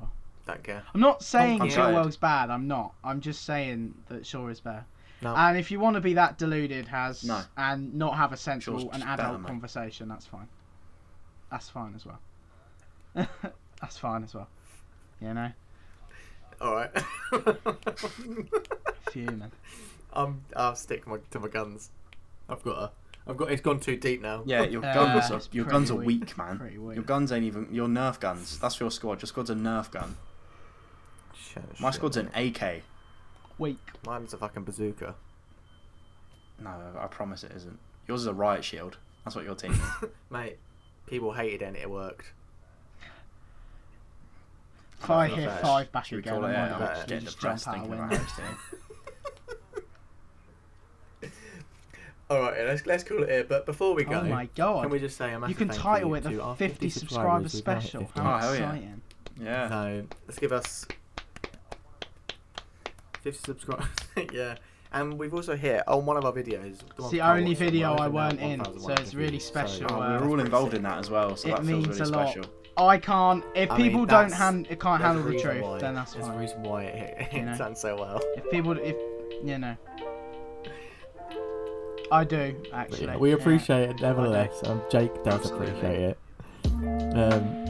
Speaker 2: don't care.
Speaker 3: I'm not saying
Speaker 1: I'm tired.
Speaker 3: Chilwell's bad. I'm not. I'm just saying that Shaw is better.
Speaker 2: No.
Speaker 3: And if you want to be that deluded, has
Speaker 1: No.
Speaker 3: and not have a sensible
Speaker 1: Shaw's
Speaker 3: and
Speaker 1: better,
Speaker 3: adult
Speaker 1: mate.
Speaker 3: conversation, that's fine. That's fine as well. that's fine as well. You know,
Speaker 2: All right.
Speaker 3: fuming.
Speaker 2: I'm. I'll stick my, to my guns. I've got a. I've got. It's gone too deep now.
Speaker 1: Yeah, your
Speaker 3: Uh,
Speaker 1: guns are
Speaker 3: it's
Speaker 1: your
Speaker 3: pretty
Speaker 1: guns are
Speaker 3: weak,
Speaker 1: weak, man.
Speaker 3: pretty weak.
Speaker 1: Your guns ain't even your Nerf guns. That's your squad. Your squad's a Nerf gun.
Speaker 2: Shit,
Speaker 1: My
Speaker 2: Oh, shit.
Speaker 1: squad's an AK.
Speaker 3: Weak.
Speaker 2: Mine's a fucking bazooka.
Speaker 1: No, I promise it isn't. Yours is a riot shield. That's what your team is.
Speaker 2: Mate, people hated it and it worked.
Speaker 3: Five
Speaker 2: Not
Speaker 3: here,
Speaker 2: fair.
Speaker 3: five back
Speaker 1: Should we
Speaker 3: again.
Speaker 1: call it?
Speaker 3: I
Speaker 1: Yeah,
Speaker 3: might
Speaker 2: I'm
Speaker 1: I'm
Speaker 2: actually
Speaker 1: getting
Speaker 3: just jump
Speaker 1: depressed
Speaker 3: out a
Speaker 1: thinking about
Speaker 3: window.
Speaker 1: Harry's team.
Speaker 2: All right, yeah, let's let's call it here. But before we go,
Speaker 3: Oh my god!
Speaker 2: can we just say a massive
Speaker 3: you can
Speaker 2: thank
Speaker 3: title
Speaker 2: you
Speaker 3: it the
Speaker 2: to our
Speaker 3: 50,
Speaker 5: 50
Speaker 3: subscriber
Speaker 5: subscribers we've now hit
Speaker 3: special.
Speaker 5: 50.
Speaker 3: How
Speaker 1: Oh, hell yeah.
Speaker 3: exciting!
Speaker 1: Yeah.
Speaker 2: No, let's give us 50 subscribers. yeah. And we've also hit on one of our
Speaker 3: It's
Speaker 2: videos. one
Speaker 3: the
Speaker 2: from our
Speaker 3: only
Speaker 2: WhatsApp,
Speaker 3: video
Speaker 2: we're
Speaker 3: I
Speaker 2: over
Speaker 3: weren't
Speaker 2: now
Speaker 3: in,
Speaker 2: 1,100
Speaker 3: so it's really
Speaker 2: views. um,
Speaker 3: special,
Speaker 1: Oh,
Speaker 3: uh,
Speaker 1: we're all involved in that as well, so
Speaker 3: It
Speaker 1: that feels
Speaker 3: means
Speaker 1: really
Speaker 3: a lot.
Speaker 1: special.
Speaker 3: I can't. If
Speaker 2: I mean,
Speaker 3: people don't
Speaker 2: that's-
Speaker 3: hand, it can't
Speaker 2: There's a
Speaker 3: handle the
Speaker 2: reason
Speaker 3: truth,
Speaker 2: why-
Speaker 3: then that's
Speaker 2: There's a
Speaker 3: fine.
Speaker 2: reason why it, it,
Speaker 3: You know?
Speaker 2: done so well.
Speaker 3: If people, if you know, I do
Speaker 5: But
Speaker 3: actually.
Speaker 5: yeah, we
Speaker 3: yeah.
Speaker 5: appreciate it nevertheless. Um, Jake does appreciate it. Um,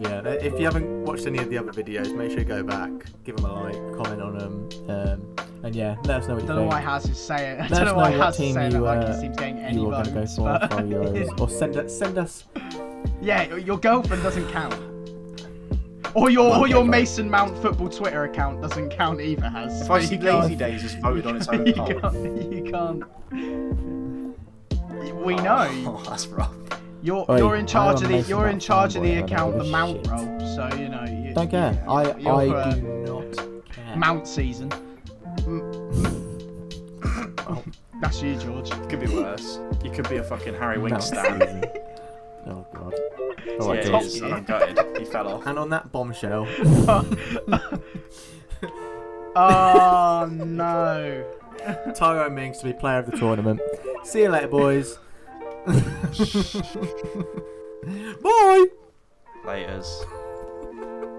Speaker 2: Yeah, uh, if you haven't watched any of the other videos, make sure you go back, give them a like, comment on them,
Speaker 5: um, and yeah, let us know what
Speaker 3: I
Speaker 5: you
Speaker 3: don't know
Speaker 5: think.
Speaker 3: why Haz is saying. I
Speaker 5: Let
Speaker 3: don't
Speaker 5: us
Speaker 3: know why
Speaker 5: know what
Speaker 3: Haz is
Speaker 5: team
Speaker 3: saying that.
Speaker 5: you,
Speaker 3: Like
Speaker 5: uh,
Speaker 3: he seems getting any
Speaker 5: you are going to go
Speaker 3: votes.
Speaker 5: for
Speaker 3: but-
Speaker 5: for euros, or send us send us
Speaker 3: yeah, your- your girlfriend doesn't count. Or your or your Mason Mount football Twitter account doesn't count either. Has
Speaker 1: If I see Lazy Days has voted on its own
Speaker 3: you
Speaker 1: poll.
Speaker 3: can't. You can't. We know
Speaker 1: Oh, that's rough.
Speaker 3: you're
Speaker 5: Oi,
Speaker 3: you're in charge
Speaker 5: I'm
Speaker 3: of
Speaker 5: a
Speaker 3: the
Speaker 5: Mason
Speaker 3: you're in
Speaker 5: Mount
Speaker 3: charge of
Speaker 5: fanboy, I
Speaker 3: the
Speaker 5: don't
Speaker 3: account,
Speaker 5: give
Speaker 3: the
Speaker 5: a
Speaker 3: Mount
Speaker 5: shit.
Speaker 3: role. So you know you
Speaker 5: Don't care.
Speaker 1: Yeah,
Speaker 5: I
Speaker 3: you're,
Speaker 5: I
Speaker 3: uh,
Speaker 5: do not care.
Speaker 3: Mount season. Oh, That's you, George.
Speaker 1: Could be worse. You could be a fucking Harry
Speaker 5: Mount
Speaker 1: Winkstand.
Speaker 5: season. oh god.
Speaker 1: yeah,
Speaker 5: Alright,
Speaker 1: he
Speaker 5: George.
Speaker 1: is, and I'm gutted. He fell off.
Speaker 2: and on that bombshell,
Speaker 3: Oh no.
Speaker 2: Tyrone Mings to be player of the tour.
Speaker 5: tournament. See you later, boys.
Speaker 2: Bye.
Speaker 1: Laters.